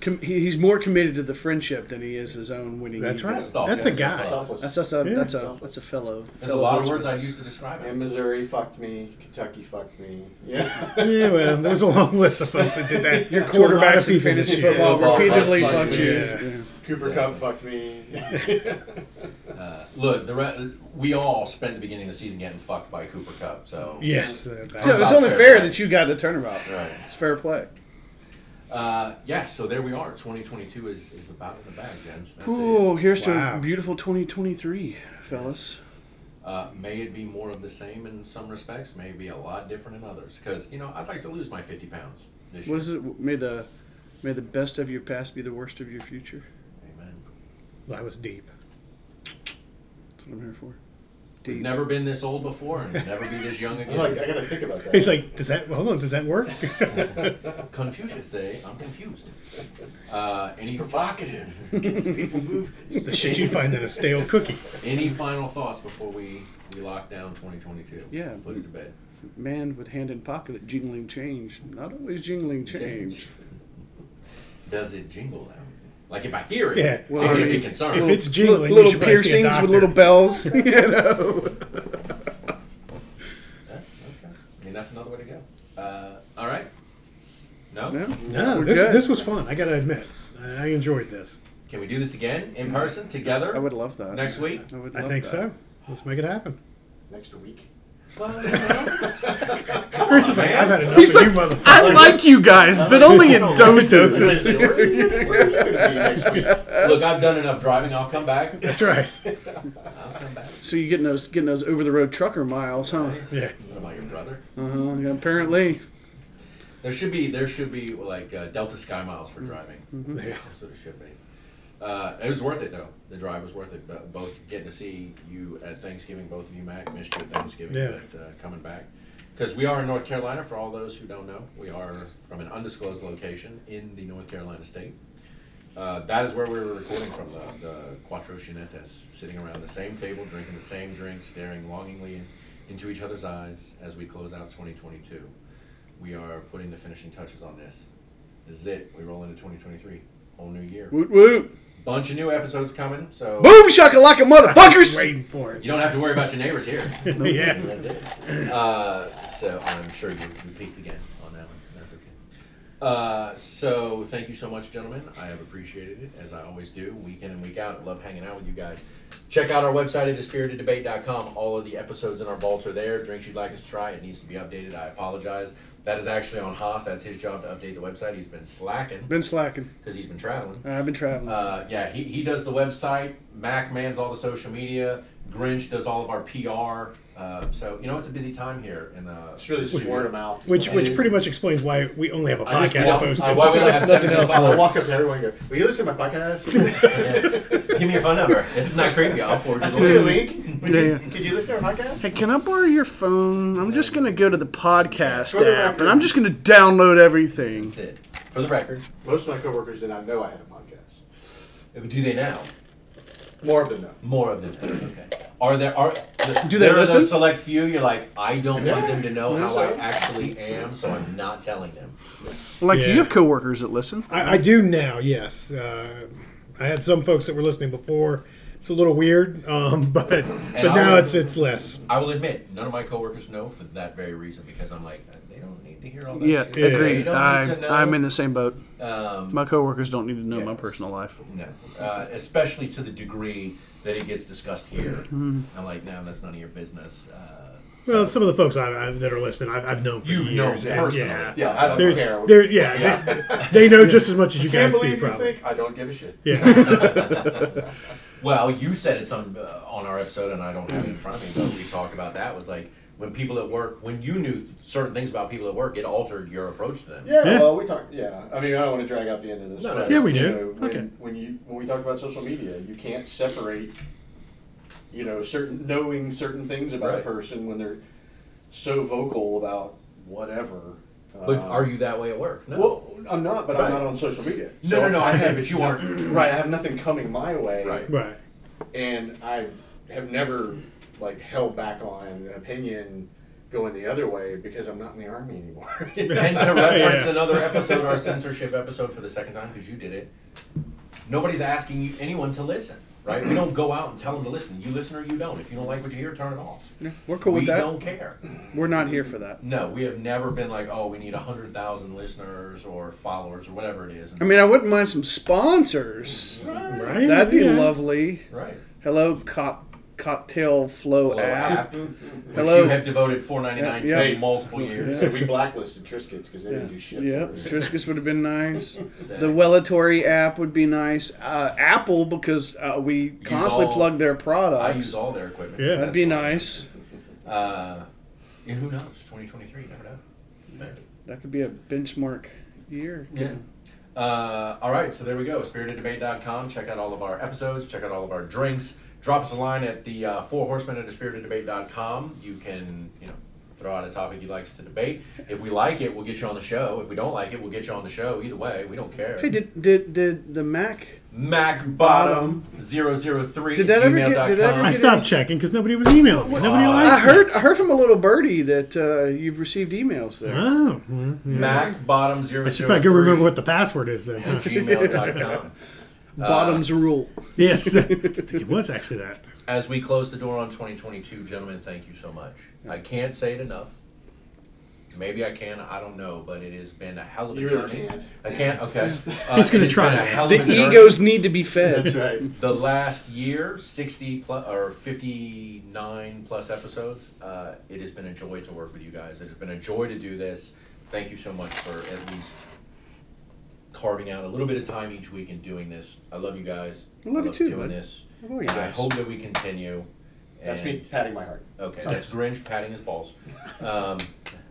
Speaker 6: Com- he- he's more committed to the friendship than he is his own winning.
Speaker 5: that's
Speaker 6: ego.
Speaker 5: right.
Speaker 1: That's all.
Speaker 5: That's a
Speaker 1: Yeah,
Speaker 5: guy.
Speaker 7: Selfless.
Speaker 6: That's, that's a
Speaker 5: Yeah.
Speaker 6: that's a that's a fellow.
Speaker 1: There's a lot of words I use to describe
Speaker 7: And
Speaker 1: it.
Speaker 7: Missouri fucked me. Kentucky fucked me. Yeah.
Speaker 5: yeah, well, there was a long list of folks that did that. Your
Speaker 6: quarterbacks in fantasy football
Speaker 1: Football,
Speaker 6: repeatedly
Speaker 1: fuck
Speaker 6: fucked
Speaker 1: you.
Speaker 6: you.
Speaker 5: Yeah.
Speaker 6: Yeah.
Speaker 7: Cooper Cup fucked me.
Speaker 1: Uh, look, the re- we all spent the beginning of the season getting fucked by Cooper Cup. So
Speaker 5: Yes, uh, that-
Speaker 6: So it's
Speaker 1: Sounds
Speaker 6: only
Speaker 1: fair
Speaker 6: fair
Speaker 1: play.
Speaker 6: that you got the turnabout.
Speaker 1: Right.
Speaker 6: It's fair play.
Speaker 1: Uh, yeah, so there we are. 2022 is, is about in the bag, gents. That's
Speaker 6: Ooh,
Speaker 1: it.
Speaker 6: here's
Speaker 5: Wow.
Speaker 6: to a beautiful 2023, fellas.
Speaker 1: Uh, may it be more of the same in some respects, may it be a lot different in others. Because, you know, I'd like to lose my 50 pounds this year.
Speaker 6: What is it? May the may the best of your past be the worst of your future.
Speaker 5: I was deep.
Speaker 6: That's what I'm here for.
Speaker 1: We've never been this old before and never be this young
Speaker 7: I'm like, I
Speaker 1: again.
Speaker 7: gotta think about that.
Speaker 5: He's like, does that? Hold on, does that work?
Speaker 1: Confucius say, I'm confused. Uh, any,
Speaker 7: provocative.
Speaker 5: it's the shit you find in a stale cookie.
Speaker 1: any final thoughts before we, we lock down 2022?
Speaker 6: Yeah.
Speaker 1: Put it to bed.
Speaker 6: Man with hand in pocket, jingling change. Not always jingling change.
Speaker 1: Does it jingle now? Like if I hear it,
Speaker 5: Yeah.
Speaker 1: well, I'm
Speaker 6: I
Speaker 1: going to
Speaker 6: mean,
Speaker 1: be concerned.
Speaker 5: If it's
Speaker 6: Little,
Speaker 5: jingling, you
Speaker 6: little
Speaker 5: should probably see a
Speaker 6: piercings with
Speaker 5: doctor.
Speaker 6: little bells, you know.
Speaker 1: Yeah, okay. I mean, that's another way to go. Uh, all right. No?
Speaker 6: No,
Speaker 5: No,
Speaker 6: we're
Speaker 5: this,
Speaker 6: good.
Speaker 5: this was fun. I gotta admit, I I enjoyed this.
Speaker 1: Can we do this again in person together
Speaker 6: I would love that.
Speaker 1: next week?
Speaker 6: I, would
Speaker 5: I
Speaker 6: love
Speaker 5: think
Speaker 6: that.
Speaker 5: so. Let's make it happen.
Speaker 7: Next week.
Speaker 5: Chris is like, I've had enough
Speaker 6: He's
Speaker 5: of
Speaker 6: like,
Speaker 5: you, motherfucker.
Speaker 6: I like you guys, but only in doses.
Speaker 7: Where are you where are you gonna be next week?
Speaker 1: Look, I've done enough driving. I'll come back.
Speaker 5: That's right.
Speaker 1: I'll come back.
Speaker 6: So you're getting those getting those over the road trucker miles, huh?
Speaker 5: Yeah.
Speaker 1: What about your brother?
Speaker 6: Uh, apparently,
Speaker 1: There should be there should be like uh, Delta Sky Miles for driving. Yeah, that's what it should be. Uh, it was worth it though. The drive was worth it. bo- Both getting to see you at Thanksgiving, both of you, Mac, missed you at Thanksgiving,
Speaker 5: Yeah.
Speaker 1: but uh, coming back because we are in North Carolina. For all those who don't know, we are from an undisclosed location in the North Carolina state. Uh, that is where we were recording from the, the Cuatro Chinetes, sitting around the same table, drinking the same drink, staring longingly into each other's eyes as we close out 2022. We are putting the finishing touches on this. This is it. We roll into 2023. Whole new year.
Speaker 6: woot woot,
Speaker 1: Bunch of new episodes coming, so
Speaker 6: boom shakalaka, motherfuckers.
Speaker 5: Waiting for it.
Speaker 1: you don't have to worry about your neighbors here.
Speaker 5: Yeah.
Speaker 1: That's it. Uh, so I'm sure you, you peaked again on that one. That's okay. Uh, so thank you so much, gentlemen. I have appreciated it as I always do, week in and week out. I love hanging out with you guys. Check out our website at dispiriteddebate.com. All of the episodes in our vaults are there. Drinks you'd like us to try. It needs to be updated. I apologize. That is actually on Haas. That's his job to update the website. He's been slacking
Speaker 6: Been slacking.
Speaker 1: because he's been traveling.
Speaker 6: I've been traveling.
Speaker 1: Uh, yeah, he, he does the website. Mac mans all the social media. Grinch does all of our PR. Uh, so you know it's a busy time here in uh, the.
Speaker 7: It's really just word of mouth.
Speaker 5: Which
Speaker 7: It
Speaker 5: which
Speaker 7: is.
Speaker 5: pretty much explains why we only have a
Speaker 1: I just
Speaker 5: podcast
Speaker 1: walk-
Speaker 5: posted.
Speaker 1: I- Uh, why we only have
Speaker 5: Nothing
Speaker 1: 17
Speaker 5: else
Speaker 7: I
Speaker 1: followers.
Speaker 5: works.
Speaker 7: walk up to everyone and go, Will you listen to my podcast?
Speaker 1: Yeah. Give me your phone number. This is not creepy. I'll forward
Speaker 7: I
Speaker 1: you.
Speaker 7: sent you a
Speaker 1: the link.
Speaker 7: link. Would
Speaker 6: Yeah.
Speaker 7: you, could you listen to our podcast?
Speaker 6: Hey, can I borrow your phone? I'm just gonna go to the podcast
Speaker 7: Go to
Speaker 6: app,
Speaker 7: record.
Speaker 6: and I'm just gonna download everything.
Speaker 1: That's it. For the record,
Speaker 7: Most of my coworkers did not know I had a podcast.
Speaker 1: do they now?
Speaker 7: More of them know.
Speaker 1: More of them. Okay. Are there are the,
Speaker 6: Do they
Speaker 1: there are
Speaker 6: listen?
Speaker 1: those select few? You're like, I don't want
Speaker 7: No.
Speaker 1: them to know
Speaker 7: No,
Speaker 1: how I
Speaker 7: sorry.
Speaker 1: actually am, so I'm not telling them.
Speaker 6: Like,
Speaker 5: Yeah.
Speaker 6: you have coworkers that listen.
Speaker 5: I, I do now. Yes, uh, I had some folks that were listening before. It's a little weird, um, but but
Speaker 1: I
Speaker 5: now
Speaker 1: would-
Speaker 5: it's it's less.
Speaker 1: I will admit, none of my coworkers know for that very reason because I'm like, they don't need to hear all that.
Speaker 6: Yeah,
Speaker 1: shit. They
Speaker 6: agreed.
Speaker 1: don't
Speaker 6: I,
Speaker 1: need to know.
Speaker 6: I'm in the same boat.
Speaker 1: Um,
Speaker 6: My coworkers don't need to know my
Speaker 1: Yes.
Speaker 6: personal life.
Speaker 1: No, uh, especially to the degree that it gets discussed here.
Speaker 6: Mm-hmm.
Speaker 1: I'm like, no, that's none of your business. Uh,
Speaker 5: Well, some of the folks I, I, that are listening, I've, I've known for
Speaker 1: you've known
Speaker 5: years. and-
Speaker 1: personally.
Speaker 5: yeah,
Speaker 7: Yeah, I
Speaker 5: There's-
Speaker 7: don't care.
Speaker 5: they're- yeah, They, they know just as much as you
Speaker 7: Can't
Speaker 5: guys
Speaker 7: believe
Speaker 5: do,
Speaker 7: you
Speaker 5: probably.
Speaker 7: think I don't give a shit.
Speaker 5: Yeah,
Speaker 1: Well, you said it some uh, on our episode, and I don't have it in front of me, but we talked about that. Was like when people at work, when you knew th- certain things about people at work, it altered your approach to them.
Speaker 7: Yeah,
Speaker 6: Yeah.
Speaker 7: well, we talked. Yeah, I mean, I don't want to drag out the end of this.
Speaker 1: No, no,
Speaker 7: but,
Speaker 1: no. Yeah,
Speaker 5: we
Speaker 7: you
Speaker 5: do.
Speaker 7: know, when,
Speaker 6: Okay.
Speaker 7: When you when we talk about social media, you can't separate, you know, certain knowing certain things about
Speaker 1: Right.
Speaker 7: a person when they're so vocal about whatever.
Speaker 1: But
Speaker 7: Um,
Speaker 1: are you that way at work? No.
Speaker 7: Well, I'm not, but
Speaker 1: Right.
Speaker 7: I'm not on social media.
Speaker 1: no,
Speaker 7: So
Speaker 1: no, no. I
Speaker 7: have
Speaker 1: said, but you aren't.
Speaker 7: right. I have nothing coming my way.
Speaker 1: Right.
Speaker 5: right.
Speaker 7: and I have never like held back on an opinion going the other way because I'm not in the army anymore.
Speaker 1: And to reference
Speaker 5: Yeah.
Speaker 1: another episode, our censorship episode for the second time, because you did it, nobody's asking you, anyone to listen, right? We don't go out and tell them to listen. You listen or you don't. If you don't like what you hear, turn it off.
Speaker 6: We're cool
Speaker 1: we
Speaker 6: with that.
Speaker 1: don't care.
Speaker 6: We're not here for that.
Speaker 1: No, we have never been like, oh, we need 100,000 listeners or followers or whatever it is.
Speaker 6: I mean, I wouldn't mind some sponsors.
Speaker 5: Right.
Speaker 6: That'd be
Speaker 5: yeah.
Speaker 6: lovely.
Speaker 1: right.
Speaker 6: Hello, cop, cocktail flow,
Speaker 1: Hello,
Speaker 6: app.
Speaker 1: app. Which
Speaker 6: Hello.
Speaker 1: you have devoted 4.99
Speaker 6: Yeah,
Speaker 1: to
Speaker 6: yeah.
Speaker 1: multiple years.
Speaker 7: so we blacklisted Triscuits because they
Speaker 6: Yeah,
Speaker 7: didn't do shit.
Speaker 6: yeah.
Speaker 7: for us.
Speaker 6: Triscus would have been nice.
Speaker 1: Exactly.
Speaker 6: The Wellatory app would be nice. Uh, Apple because uh, we constantly
Speaker 1: all-
Speaker 6: plug their
Speaker 1: I use
Speaker 6: products.
Speaker 1: all their equipment.
Speaker 5: Yeah.
Speaker 6: That'd
Speaker 1: That's
Speaker 6: be
Speaker 1: all.
Speaker 6: nice.
Speaker 1: Uh, yeah, who knows? 2023, you never know.
Speaker 6: That could be a benchmark year.
Speaker 1: Yeah. Uh, all right, so there we go. SpiritedDebate.com. Check out all of our episodes. Check out all of our drinks. Drop us a line at the uh, Four Horsemen at SpiritedDebate.com. You can, you know, throw out a topic you'd like us to debate. If we like it, we'll get you on the show. If we don't like it, we'll get you on the show. Either way, we don't care.
Speaker 6: Hey, did did did the Mac?
Speaker 1: MacBottom003
Speaker 6: Did that ever get- did that ever
Speaker 5: I
Speaker 6: get-
Speaker 5: stopped checking because nobody was emailing. me. Nobody
Speaker 1: Uh,
Speaker 5: likes
Speaker 6: I
Speaker 5: me.
Speaker 6: heard I heard from a little birdie that uh, you've received emails there.
Speaker 5: Oh, well, yeah.
Speaker 1: MacBottom003
Speaker 5: I should probably go remember what the password is then. huh?
Speaker 1: at gmail.com.
Speaker 6: Bottoms rule.
Speaker 5: yes, I think it was actually that.
Speaker 1: As we close the door on 2022, gentlemen, thank you so much. I can't say it enough. Maybe I can. I don't know, but it has been a hell of a
Speaker 7: You really
Speaker 1: journey.
Speaker 7: can't.
Speaker 1: I can't. Okay. Uh,
Speaker 5: He's gonna
Speaker 1: it has
Speaker 5: try
Speaker 1: been a
Speaker 5: it.
Speaker 1: hell of
Speaker 6: The
Speaker 1: a journey.
Speaker 6: egos need to be
Speaker 7: That's
Speaker 6: fed.
Speaker 7: right.
Speaker 1: The last year, 60 plus or 59 plus episodes. Uh, it has been a joy to work with you guys. It has been a joy to do this. Thank you so much for at least carving out a little bit of time each week and doing this. I love you guys.
Speaker 6: I love you too,
Speaker 1: Doing
Speaker 6: bud.
Speaker 1: this.
Speaker 6: love you
Speaker 1: And I
Speaker 6: guys.
Speaker 1: hope that we continue.
Speaker 7: That's
Speaker 1: And-
Speaker 7: me patting my heart.
Speaker 1: Okay, that's Grinch patting his balls. Um,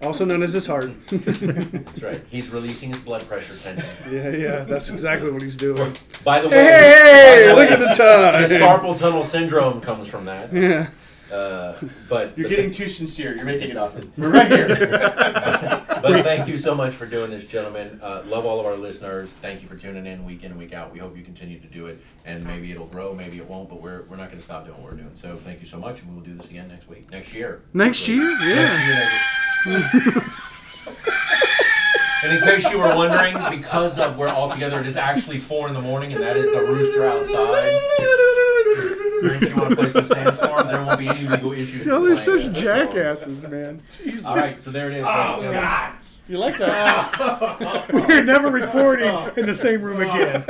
Speaker 6: Also known as his heart.
Speaker 1: that's right. He's releasing his blood pressure tension.
Speaker 6: yeah, yeah, that's exactly what he's doing.
Speaker 1: By the way,
Speaker 6: Hey, hey, hey, look at the
Speaker 1: his
Speaker 6: time.
Speaker 1: carpal tunnel syndrome comes from that.
Speaker 6: Yeah.
Speaker 1: Uh, but
Speaker 7: You're
Speaker 1: but,
Speaker 7: getting too sincere. You're making it awkward. We're right here.
Speaker 1: but thank you so much for doing this, gentlemen. Uh, love all of our listeners. Thank you for tuning in week in and week out. We hope you continue to do it, and maybe it'll grow, maybe it won't. But we're we're not going to stop doing what we're doing. So thank you so much, and we will do this again next week, next year.
Speaker 6: Next year? Yeah.
Speaker 1: And in case you were wondering, because of we're all together, it is actually four in the morning, and that is the rooster outside. If you want to play some sandstorm, there won't be any legal issues.
Speaker 6: Y'all are
Speaker 1: with playing
Speaker 6: Oh, such
Speaker 1: that, so-
Speaker 6: jackasses, man. Jesus.
Speaker 1: Oh, All right, so there it is. Oh, God.
Speaker 6: Uh, You like that?
Speaker 5: We're never recording in the same room again.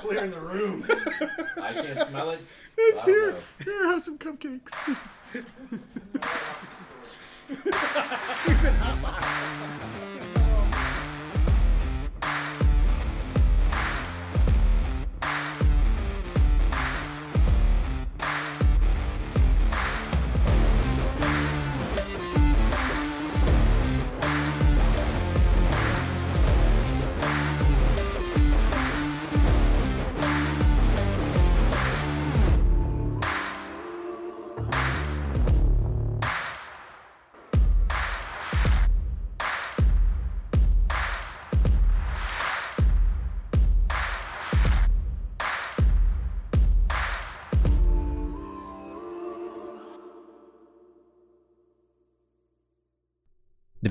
Speaker 7: Clearing the room.
Speaker 1: I can't smell it. I don't
Speaker 6: It's here.
Speaker 1: know.
Speaker 6: Here, have some cupcakes.
Speaker 8: The